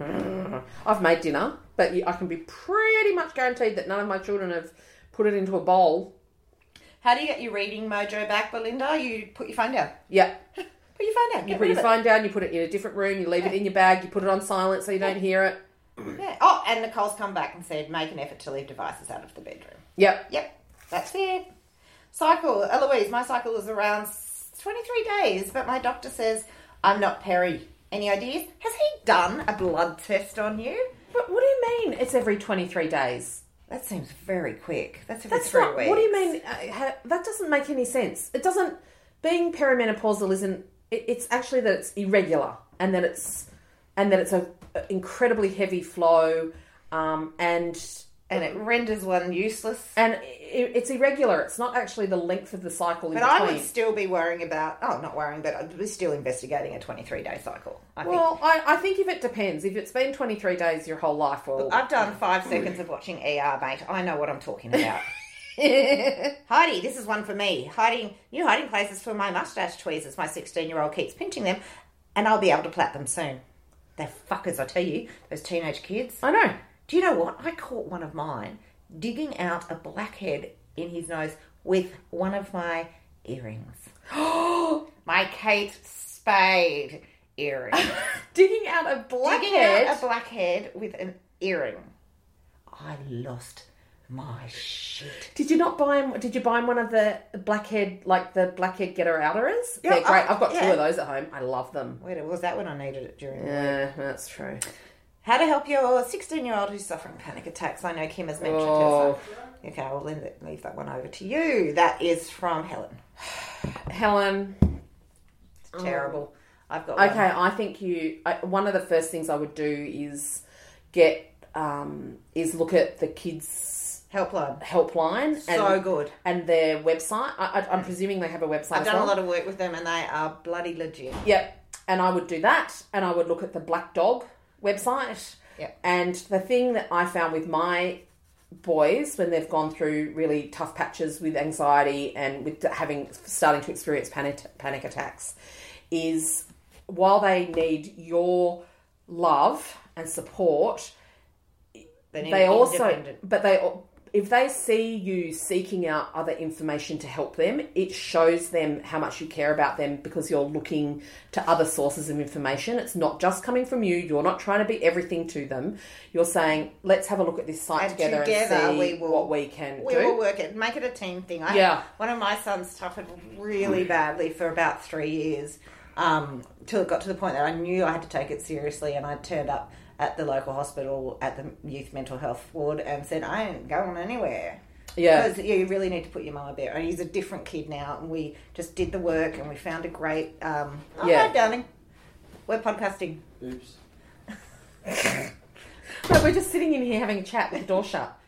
[SPEAKER 1] I've made dinner, but you- I can be pretty much guaranteed that none of my children have put it into a bowl.
[SPEAKER 3] How do you get your reading mojo back, Belinda? You put your phone down.
[SPEAKER 1] Yeah,
[SPEAKER 3] Put your phone down. Get
[SPEAKER 1] you put
[SPEAKER 3] rid of
[SPEAKER 1] your
[SPEAKER 3] it.
[SPEAKER 1] phone down, you put it in a different room, you leave it in your bag, you put it on silent so you don't hear it.
[SPEAKER 3] Yeah. Oh, and Nicole's come back and said, make an effort to leave devices out of the bedroom.
[SPEAKER 1] Yep.
[SPEAKER 3] Yep, that's it. Cycle. Eloise, my cycle is around s- 23 days, but my doctor says I'm not peri. Any ideas? Has he done a blood test on you?
[SPEAKER 1] But what do you mean it's every 23 days?
[SPEAKER 3] That seems very quick. That's every
[SPEAKER 1] That's
[SPEAKER 3] three
[SPEAKER 1] not.
[SPEAKER 3] weeks.
[SPEAKER 1] What do you mean? uh, ha- That doesn't make any sense. It doesn't. Being perimenopausal isn't. It, it's actually that it's irregular and that it's and that it's a, a incredibly heavy flow, um, and
[SPEAKER 3] And it renders one useless.
[SPEAKER 1] and i it's irregular. It's not actually the length of the cycle. In
[SPEAKER 3] But I
[SPEAKER 1] between.
[SPEAKER 3] would still be worrying about, oh, not worrying, but I'd be still investigating a 23 day cycle. I think.
[SPEAKER 1] Well, I, I think if it depends, if it's been 23 days your whole life, well,
[SPEAKER 3] I've done five seconds of watching ER, mate. I know what I'm talking about. Heidi, this is one for me. Hiding new hiding places for my mustache tweezers. My 16 year old keeps pinching them, and I'll be able to plait them soon. They're fuckers, I tell you. Those teenage kids.
[SPEAKER 1] I know.
[SPEAKER 3] Do you know what? I caught one of mine digging out a blackhead in his nose with one of my earrings. my Kate Spade earring.
[SPEAKER 1] Digging out a
[SPEAKER 3] Digging
[SPEAKER 1] blackhead.
[SPEAKER 3] out a blackhead with an earring. I lost my shit.
[SPEAKER 1] Did you not buy him? Did you buy him one of the blackhead, like the blackhead getter outerers?
[SPEAKER 3] Yeah,
[SPEAKER 1] They're great.
[SPEAKER 3] I-
[SPEAKER 1] I've got two
[SPEAKER 3] yeah.
[SPEAKER 1] of those at home. I love them.
[SPEAKER 3] Where was that when I needed it during?
[SPEAKER 1] Yeah, that's true.
[SPEAKER 3] How to help your 16 year old who's suffering panic attacks. I know Kim has mentioned
[SPEAKER 1] Oh.
[SPEAKER 3] her. So. Okay, I'll leave, it- leave that one over to you. That is from Helen.
[SPEAKER 1] Helen,
[SPEAKER 3] It's terrible. I've got
[SPEAKER 1] Oh. okay,
[SPEAKER 3] one.
[SPEAKER 1] I think you. I, one of the first things I would do is get um, is look at the kids
[SPEAKER 3] Helpline.
[SPEAKER 1] helpline.
[SPEAKER 3] So good.
[SPEAKER 1] And their website. I, I, I'm presuming they have a website.
[SPEAKER 3] I've done a lot of work with them and they are bloody legit.
[SPEAKER 1] Yep. And I would do that, and I would look at the Black Dog website.
[SPEAKER 3] Yep.
[SPEAKER 1] And the thing that I found with my boys when they've gone through really tough patches with anxiety and with having starting to experience panic panic attacks is while they need your love and support
[SPEAKER 3] They,
[SPEAKER 1] they also but they al- if they see you seeking out other information to help them it shows them how much you care about them because you're looking to other sources of information it's not just coming from you you're not trying to be everything to them you're saying let's have a look at this site
[SPEAKER 3] And
[SPEAKER 1] together,
[SPEAKER 3] together
[SPEAKER 1] and see
[SPEAKER 3] we will-
[SPEAKER 1] what we can
[SPEAKER 3] We
[SPEAKER 1] do
[SPEAKER 3] will work it. Make it a team thing. I,
[SPEAKER 1] Yeah.
[SPEAKER 3] One of my sons suffered really badly for about three years, um, till it got to the point that I knew I had to take it seriously, and I turned up at the local hospital at the youth mental health ward and said, "I ain't going anywhere."
[SPEAKER 1] Yeah.
[SPEAKER 3] Because you really need to put your mum a bit. And he's a different kid now, and we just did the work, and we found a great. Um, oh,
[SPEAKER 1] Yeah.
[SPEAKER 3] hi, darling. We're podcasting.
[SPEAKER 5] Oops.
[SPEAKER 1] but we're just sitting in here having a chat with the door shut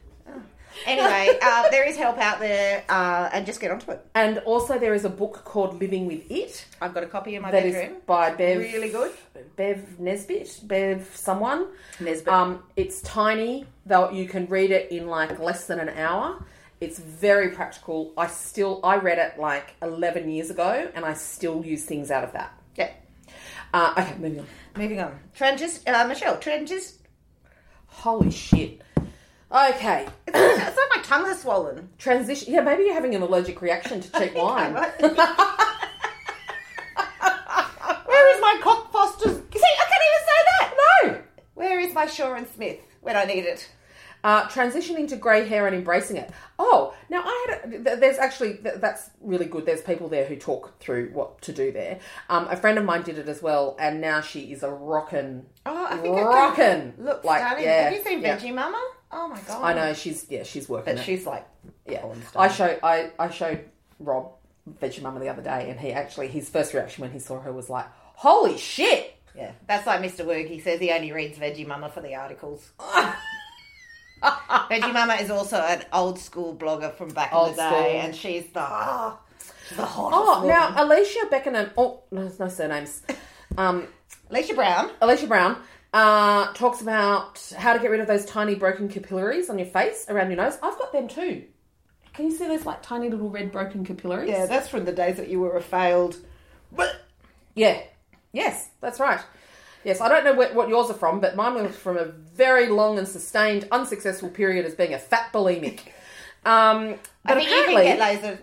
[SPEAKER 3] Anyway, uh, there is help out there, uh, and just get onto it.
[SPEAKER 1] and also there is a book called living with it
[SPEAKER 3] I've got a copy in my
[SPEAKER 1] that is
[SPEAKER 3] bedroom.
[SPEAKER 1] by bev
[SPEAKER 3] Really good.
[SPEAKER 1] Bev Nesbit, Bev someone.
[SPEAKER 3] Nesbit.
[SPEAKER 1] Um, it's tiny, though you can read it in like less than an hour. It's very practical. I still I read it like eleven years ago, and I still use things out of that.
[SPEAKER 3] Yeah.
[SPEAKER 1] Uh, okay, moving on.
[SPEAKER 3] Moving on. Trangis, uh, Michelle, Trangis.
[SPEAKER 1] Holy shit. Okay,
[SPEAKER 3] it's like my tongue is swollen.
[SPEAKER 1] transition. Yeah, maybe you're having an allergic reaction to cheap wine.
[SPEAKER 3] Where is my cockfosters? See, I can't even say that.
[SPEAKER 1] No.
[SPEAKER 3] Where is my Shaw and Smith when I need it?
[SPEAKER 1] uh, transitioning to grey hair and embracing it. Oh, now I had a, th- there's actually th- that's really good. There's people there who talk through what to do there. Um, a friend of mine did it as well, and now she is a rockin',
[SPEAKER 3] Oh, I think I could-
[SPEAKER 1] rockin'
[SPEAKER 3] Look,
[SPEAKER 1] like
[SPEAKER 3] darling,
[SPEAKER 1] yeah,
[SPEAKER 3] have you seen
[SPEAKER 1] yeah.
[SPEAKER 3] Veggie Mama? Oh my god.
[SPEAKER 1] I know she's yeah she's working.
[SPEAKER 3] But
[SPEAKER 1] it.
[SPEAKER 3] she's like,
[SPEAKER 1] Yeah,
[SPEAKER 3] porn star.
[SPEAKER 1] I show I I showed Rob Veggie Mama the other day, and he actually his first reaction when he saw her was like, "Holy shit!"
[SPEAKER 3] yeah. That's like Mr. Werg. He says he only reads Veggie Mama for the articles. Veggie Mama is also an old school blogger from back in
[SPEAKER 1] Old
[SPEAKER 3] the day,
[SPEAKER 1] school.
[SPEAKER 3] and she's the oh, she's the hottest.
[SPEAKER 1] Oh,
[SPEAKER 3] woman.
[SPEAKER 1] now Alicia Beckenham. Oh, no, there's no surnames. Um,
[SPEAKER 3] Alicia Brown.
[SPEAKER 1] Alicia Brown uh, talks about how to get rid of those tiny broken capillaries on your face, around your nose. I've got them too. Can you see those like tiny little red broken capillaries?
[SPEAKER 3] Yeah, that's from the days that you were a failed.
[SPEAKER 1] Yeah. Yes, that's right. Yes, I don't know what, what yours are from, but mine was from a very long and sustained unsuccessful period as being a fat bulimic. Um,
[SPEAKER 3] I
[SPEAKER 1] but
[SPEAKER 3] think you
[SPEAKER 1] apparently,
[SPEAKER 3] can get laser.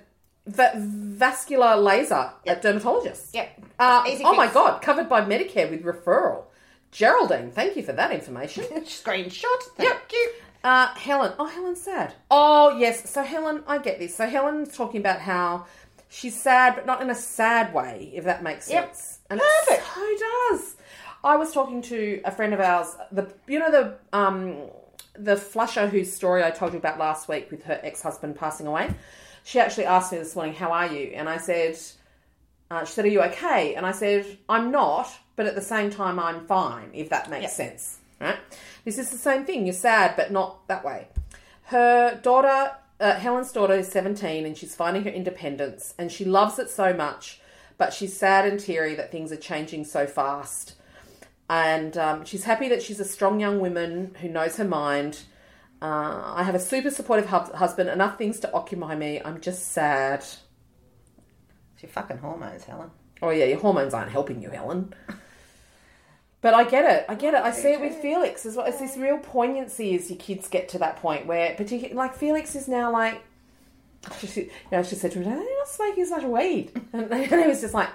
[SPEAKER 1] va- vascular laser at dermatologists.
[SPEAKER 3] Yep.
[SPEAKER 1] Uh,
[SPEAKER 3] Easy
[SPEAKER 1] oh my
[SPEAKER 3] fix.
[SPEAKER 1] god, covered by Medicare with referral. Geraldine, thank you for that information.
[SPEAKER 3] Screenshot. Thank
[SPEAKER 1] Yep.
[SPEAKER 3] you.
[SPEAKER 1] Uh, Helen. Oh, Helen's sad. Oh, yes. So, Helen, I get this. So, Helen's talking about how she's sad, but not in a sad way, if that makes
[SPEAKER 3] Yep.
[SPEAKER 1] sense. And it
[SPEAKER 3] Perfect.
[SPEAKER 1] so does. I was talking to a friend of ours, the you know the um the flusher whose story I told you about last week with her ex-husband passing away. She actually asked me this morning, "How are you?" And I said, uh, "She said, are you okay?" And I said, "I'm not, but at the same time, I'm fine." If that makes sense, right? This is the same thing. You're sad, but not that way. Her daughter, uh, Helen's daughter, is 17, and she's finding her independence, and she loves it so much, but she's sad and teary that things are changing so fast and um, she's happy that she's a strong young woman who knows her mind. Uh, I have a super supportive hub- husband, enough things to occupy me. I'm just sad.
[SPEAKER 3] It's your fucking hormones, Helen.
[SPEAKER 1] Oh, yeah, your hormones aren't helping you, Helen. But I get it. I get it. I see it with Felix as well. It's this real poignancy as your kids get to that point where, particularly, like, Felix is now like, she, she- you know, she said to him, "Why are you not smoking as much weed? And, and he was just like,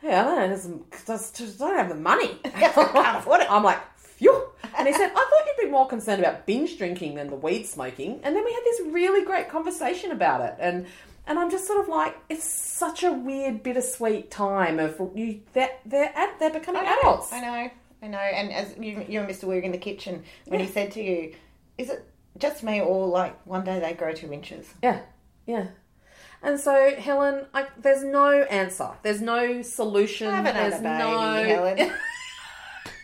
[SPEAKER 1] hey, I don't, know, just, just, just don't have the money.
[SPEAKER 3] Can't afford it.
[SPEAKER 1] I'm like, phew. And he said, I thought you'd be more concerned about binge drinking than the weed smoking. And then we had this really great conversation about it. And and I'm just sort of like, it's such a weird, bittersweet time of you. They're they're, ad, they're becoming adults.
[SPEAKER 3] I know, I know. And as you, you and Mr. Werg in the kitchen, when he said to you, "Is it just me, or like one day they grow two inches?"
[SPEAKER 1] Yeah, yeah. And so Helen, I, there's no answer. There's no solution.
[SPEAKER 3] Have another
[SPEAKER 1] there's
[SPEAKER 3] baby,
[SPEAKER 1] no.
[SPEAKER 3] Helen.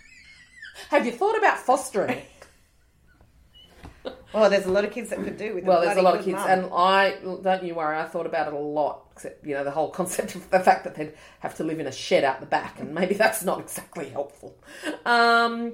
[SPEAKER 1] Have you thought about fostering?
[SPEAKER 3] well, there's a lot of kids that could do with.
[SPEAKER 1] Well, there's a
[SPEAKER 3] bloody
[SPEAKER 1] lot of
[SPEAKER 3] good
[SPEAKER 1] kids,
[SPEAKER 3] mum.
[SPEAKER 1] and I don't you worry. I thought about it a lot. Except you know the whole concept of the fact that they'd have to live in a shed out the back, and maybe that's not exactly helpful. Um,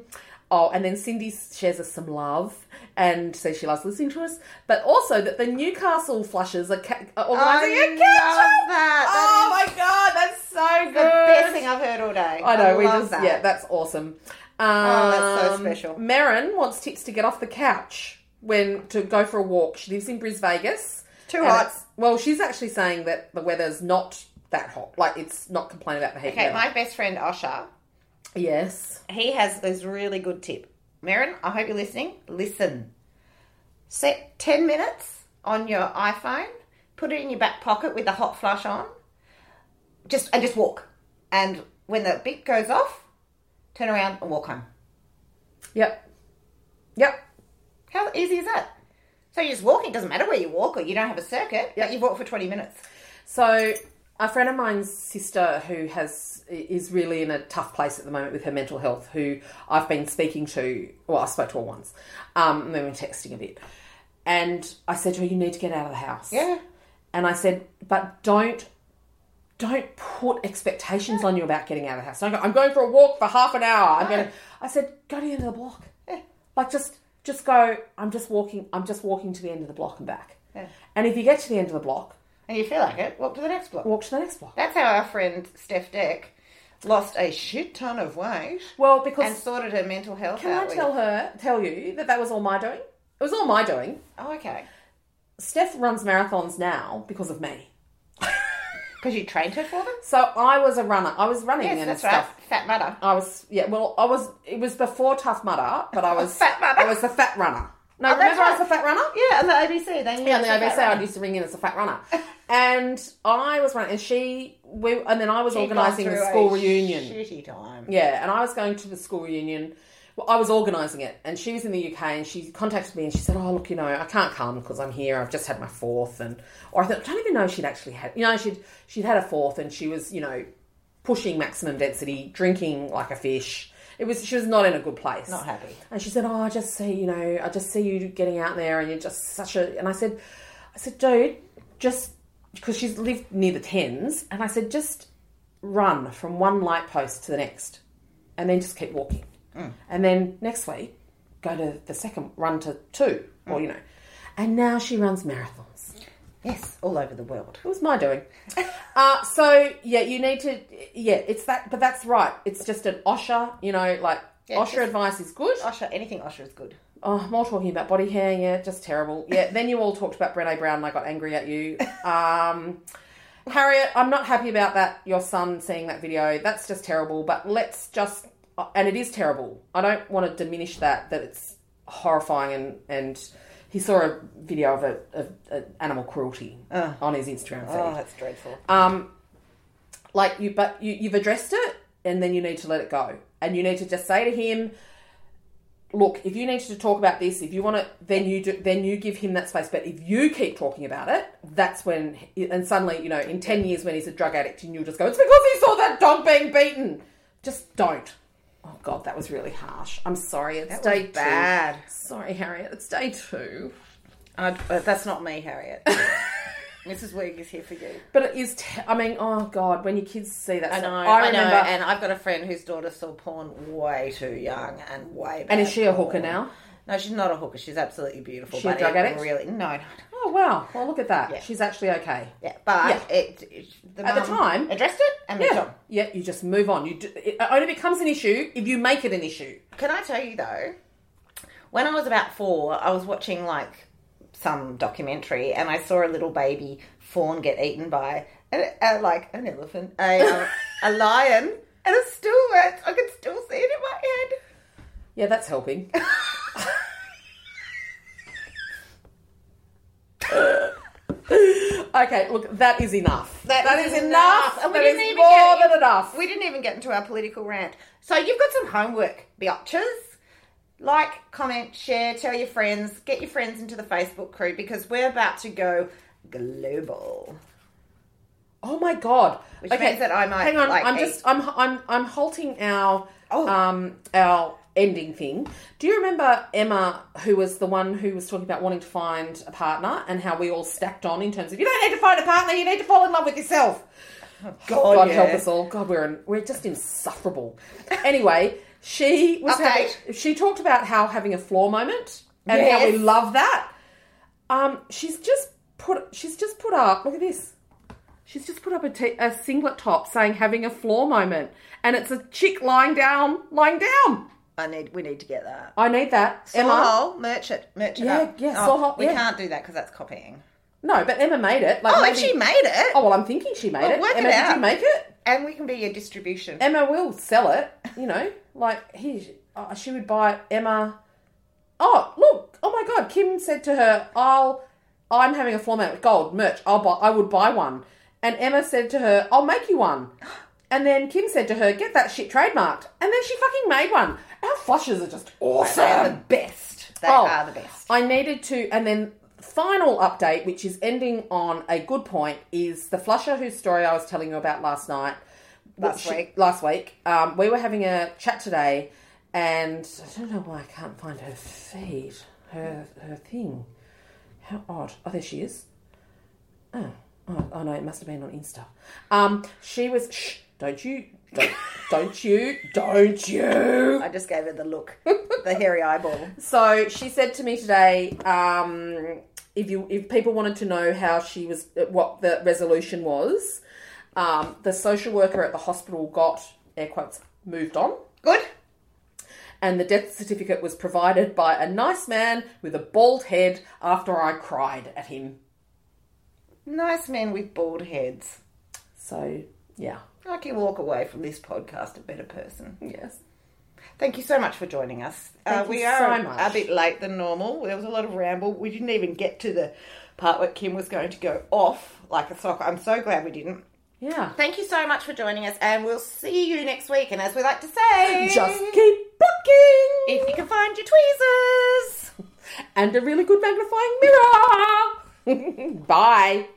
[SPEAKER 1] oh, and then Cindy shares us some love and says she loves listening to us, but also that the Newcastle Flushers are ca- are
[SPEAKER 3] I
[SPEAKER 1] organising a
[SPEAKER 3] love
[SPEAKER 1] catch up.
[SPEAKER 3] that.
[SPEAKER 1] Oh
[SPEAKER 3] That
[SPEAKER 1] my god, that's so good.
[SPEAKER 3] is the best thing I've heard all day.
[SPEAKER 1] Oh I know. we
[SPEAKER 3] love
[SPEAKER 1] just
[SPEAKER 3] that. Oh,
[SPEAKER 1] yeah, that's awesome. Um,
[SPEAKER 3] that's so special.
[SPEAKER 1] Marin wants tips to get off the couch when to go for a walk. She lives in Bris Vegas.
[SPEAKER 3] Too
[SPEAKER 1] And
[SPEAKER 3] hot.
[SPEAKER 1] it's- Well, she's actually saying that the weather's not that hot. Like it's not complaining about the heat.
[SPEAKER 3] Okay,
[SPEAKER 1] weather.
[SPEAKER 3] my best friend Osha,
[SPEAKER 1] yes.
[SPEAKER 3] he has this really good tip. Marin, I hope you're listening. Listen. Set 10 minutes on your iPhone, put it in your back pocket with the hot flush on, just and just walk. And when the beep goes off, turn around and walk home.
[SPEAKER 1] Yep. Yep.
[SPEAKER 3] How easy is that? So you're just walking, doesn't matter where you walk or you don't have a circuit, but you've walked for 20 minutes.
[SPEAKER 1] So a friend of mine's sister who has is really in a tough place at the moment with her mental health, who I've been speaking to. Well, I spoke to her once, um, and then we were texting a bit, and I said to her, "You need to get out of the house."
[SPEAKER 3] Yeah.
[SPEAKER 1] And I said, "But don't don't put expectations on you about getting out of the house. Don't go, I'm going for a walk for half an hour. I'm going. I said, go to the end of the block. Like just, just go. I'm just walking. I'm just walking to the end of the block and back.
[SPEAKER 3] Yeah.
[SPEAKER 1] And if you get to the end of the block,
[SPEAKER 3] And you feel like it, walk to the next block.
[SPEAKER 1] walk to the next block.
[SPEAKER 3] That's how our friend Steph Deck lost a shit ton of weight
[SPEAKER 1] Well, because
[SPEAKER 3] and sorted her mental health
[SPEAKER 1] can
[SPEAKER 3] out.
[SPEAKER 1] I tell
[SPEAKER 3] with.
[SPEAKER 1] her, tell you that that was all my doing? It was all my doing.
[SPEAKER 3] Oh, okay.
[SPEAKER 1] Steph runs marathons now because of me.
[SPEAKER 3] Because you trained her for them?
[SPEAKER 1] So I was a runner. I was running
[SPEAKER 3] Yes,
[SPEAKER 1] and
[SPEAKER 3] that's
[SPEAKER 1] stuff.
[SPEAKER 3] right. Fat mudder.
[SPEAKER 1] I was yeah. Well, I was. It was before Tough Mudder, but I was
[SPEAKER 3] Fat Mudder. Oh,
[SPEAKER 1] I was the fat runner. No,
[SPEAKER 3] that's
[SPEAKER 1] remember I was
[SPEAKER 3] right.
[SPEAKER 1] the fat runner.
[SPEAKER 3] Yeah, on the ABC. They knew
[SPEAKER 1] Yeah, on the
[SPEAKER 3] she was
[SPEAKER 1] ABC,
[SPEAKER 3] fat
[SPEAKER 1] I used to ring in as a fat runner, and I was running, and she, we, and then I was
[SPEAKER 3] She'd gone
[SPEAKER 1] organising the
[SPEAKER 3] through
[SPEAKER 1] school
[SPEAKER 3] a
[SPEAKER 1] reunion.
[SPEAKER 3] Shitty time.
[SPEAKER 1] Yeah, and I was going to the school reunion. Well, I was organising it, and she was in the UK, and she contacted me, and she said, "Oh, look, you know, I can't come because I'm here. I've just had my fourth, and or I, th- I don't even know she'd actually had. You know, she'd she'd had a fourth, and she was, you know, pushing maximum density, drinking like a fish. It was she was not in a good place,
[SPEAKER 3] Not happy.
[SPEAKER 1] And she said, "Oh, I just see, you know, I just see you getting out there, and you're just such a." And I said, "I said, dude, just because she's lived near the Thames, and I said, just run from one light post to the next, and then just keep walking,
[SPEAKER 3] Mm.
[SPEAKER 1] and then next week go to the second run to two,
[SPEAKER 3] Mm.
[SPEAKER 1] or you know." And now she runs marathons.
[SPEAKER 3] Yes, all over the world.
[SPEAKER 1] It was my doing. Uh, so yeah, you need to yeah, it's that, but that's right. It's just an OSHA, you know, like
[SPEAKER 3] Yeah,
[SPEAKER 1] OSHA
[SPEAKER 3] just-
[SPEAKER 1] advice is good.
[SPEAKER 3] Osher, anything Osher is good.
[SPEAKER 1] Oh, more talking about body hair, yeah, just terrible. Yeah, then you all talked about Brené Brown, and I got angry at you. Um, Harriet, I'm not happy about that. Your son seeing that video, that's just terrible. But let's just, uh, and it is terrible. I don't want to diminish that. That it's horrifying, and and he saw a video of a, of, a animal cruelty on his Instagram feed
[SPEAKER 3] Oh, that's dreadful.
[SPEAKER 1] um, like you but you, you've addressed it and then you need to let it go and you need to just say to him look if you need to talk about this if you want to then you do then you give him that space but if you keep talking about it that's when and suddenly you know in 10 years when he's a drug addict and you'll just go it's because he saw that dog being beaten just don't oh god that was really harsh i'm sorry it's
[SPEAKER 3] was
[SPEAKER 1] day two
[SPEAKER 3] bad.
[SPEAKER 1] sorry harriet it's day two
[SPEAKER 3] I'd, uh, that's not me, Harriet. Mrs. Wig is here for you.
[SPEAKER 1] but it is te- i mean oh god when your kids see that
[SPEAKER 3] I know,
[SPEAKER 1] stuff-
[SPEAKER 3] I, know. And I've got a friend whose daughter saw porn way too young and way.
[SPEAKER 1] And is
[SPEAKER 3] bad
[SPEAKER 1] she a
[SPEAKER 3] porn.
[SPEAKER 1] hooker now?
[SPEAKER 3] No, she's not a hooker. She's absolutely beautiful.
[SPEAKER 1] She a
[SPEAKER 3] but
[SPEAKER 1] drug
[SPEAKER 3] it
[SPEAKER 1] addict?
[SPEAKER 3] Really? No, no, no.
[SPEAKER 1] Oh wow! Well, look at that.
[SPEAKER 3] Yeah.
[SPEAKER 1] She's actually okay.
[SPEAKER 3] Yeah, but
[SPEAKER 1] Yeah.
[SPEAKER 3] It, it-
[SPEAKER 1] At the
[SPEAKER 3] mum
[SPEAKER 1] time-
[SPEAKER 3] addressed it and moved
[SPEAKER 1] Yeah.
[SPEAKER 3] on.
[SPEAKER 1] Yeah. You just move on. You do, it only becomes an issue if you make it an issue.
[SPEAKER 3] Can I tell you though? When I was about four, I was watching like some documentary, and I saw a little baby fawn get eaten by a, a, like an elephant, a, um, a lion, and it still hurts. I can still see it in my head.
[SPEAKER 1] Yeah, that's helping. okay, look, that is enough. that is, enough.
[SPEAKER 3] And we
[SPEAKER 1] That
[SPEAKER 3] didn't
[SPEAKER 1] is
[SPEAKER 3] even
[SPEAKER 1] more
[SPEAKER 3] get in-
[SPEAKER 1] than enough.
[SPEAKER 3] We didn't even get into our political rant. So you've got some homework, biatches. Like, comment, share, tell your friends, get your friends into the Facebook crew because we're about to go global.
[SPEAKER 1] Oh my god!
[SPEAKER 3] Which means that I might,
[SPEAKER 1] hang on.
[SPEAKER 3] like,
[SPEAKER 1] I'm
[SPEAKER 3] eat.
[SPEAKER 1] just I'm I'm I'm halting our
[SPEAKER 3] Oh.
[SPEAKER 1] um our ending thing. Do you remember Emma, who was the one who was talking about wanting to find a partner and how we all stacked on in terms of you don't need to find a partner, you need to fall in love with yourself.
[SPEAKER 3] Oh,
[SPEAKER 1] God,
[SPEAKER 3] yeah.
[SPEAKER 1] help us all. God, we're in, we're just insufferable. anyway, she was having,
[SPEAKER 3] Update.
[SPEAKER 1] she talked about how having a floor moment and how we
[SPEAKER 3] Yes.
[SPEAKER 1] love that. Um, she's just put she's just put up. Look at this. She's just put up a, t- a singlet top saying having a floor moment, and it's a chick lying down, lying down.
[SPEAKER 3] I need, we need to get that.
[SPEAKER 1] I need that, Emma.
[SPEAKER 3] Soho, merch it, merch it
[SPEAKER 1] Yeah,
[SPEAKER 3] up.
[SPEAKER 1] yeah,
[SPEAKER 3] Oh,
[SPEAKER 1] Soho,
[SPEAKER 3] we
[SPEAKER 1] yeah.
[SPEAKER 3] can't do that because that's copying.
[SPEAKER 1] No, but Emma made it. Like
[SPEAKER 3] Oh, and
[SPEAKER 1] maybe-
[SPEAKER 3] she made it,
[SPEAKER 1] Oh well, I'm thinking she made it.
[SPEAKER 3] work it
[SPEAKER 1] Emma, did
[SPEAKER 3] out.
[SPEAKER 1] you make it?
[SPEAKER 3] and we can be your distribution.
[SPEAKER 1] Emma will sell it. You know, like he, uh, she would buy Emma. Oh look! Oh my God! Kim said to her, "I'll, I'm having a floor mat with gold merch. I'll buy. I would buy one." And Emma said to her, "I'll make you one." And then Kim said to her, "Get that shit trademarked." And then she fucking made one. Our flushes are just awesome.
[SPEAKER 3] They're the best. They
[SPEAKER 1] Oh,
[SPEAKER 3] are the best.
[SPEAKER 1] I needed to, and then final update, which is ending on a good point, is the flusher whose story I was telling you about last night.
[SPEAKER 3] Last
[SPEAKER 1] She-
[SPEAKER 3] week.
[SPEAKER 1] Last week. Um, we were having a chat today, and I don't know why I can't find her feed, her her thing. How odd. Oh, there she is. Oh, Oh, oh no, it must have been on Insta. Um, she was. Shh, don't you? Don't, don't you? Don't you?
[SPEAKER 3] I just gave her the look, the hairy eyeball.
[SPEAKER 1] So she said to me today, um, if you if people wanted to know how she was, what the resolution was, um, the social worker at the hospital got air quotes moved on,
[SPEAKER 3] Good.
[SPEAKER 1] and the death certificate was provided by a nice man with a bald head. After I cried at him,
[SPEAKER 3] Nice men with bald heads.
[SPEAKER 1] so yeah,
[SPEAKER 3] I can walk away from this podcast a better person.
[SPEAKER 1] yes,
[SPEAKER 3] Thank you so much for joining us.
[SPEAKER 1] Thank
[SPEAKER 3] uh, we
[SPEAKER 1] you
[SPEAKER 3] are
[SPEAKER 1] so
[SPEAKER 3] a-
[SPEAKER 1] much.
[SPEAKER 3] a bit late than normal. There was a lot of ramble. We didn't even get to the part where Kim was going to go off like a sock. I'm so glad we didn't.
[SPEAKER 1] yeah.
[SPEAKER 3] Thank you so much for joining us, and we'll see you next week. And as we like to say,
[SPEAKER 1] Just keep booking,
[SPEAKER 3] if you can find your tweezers.
[SPEAKER 1] and a really good magnifying mirror. Bye.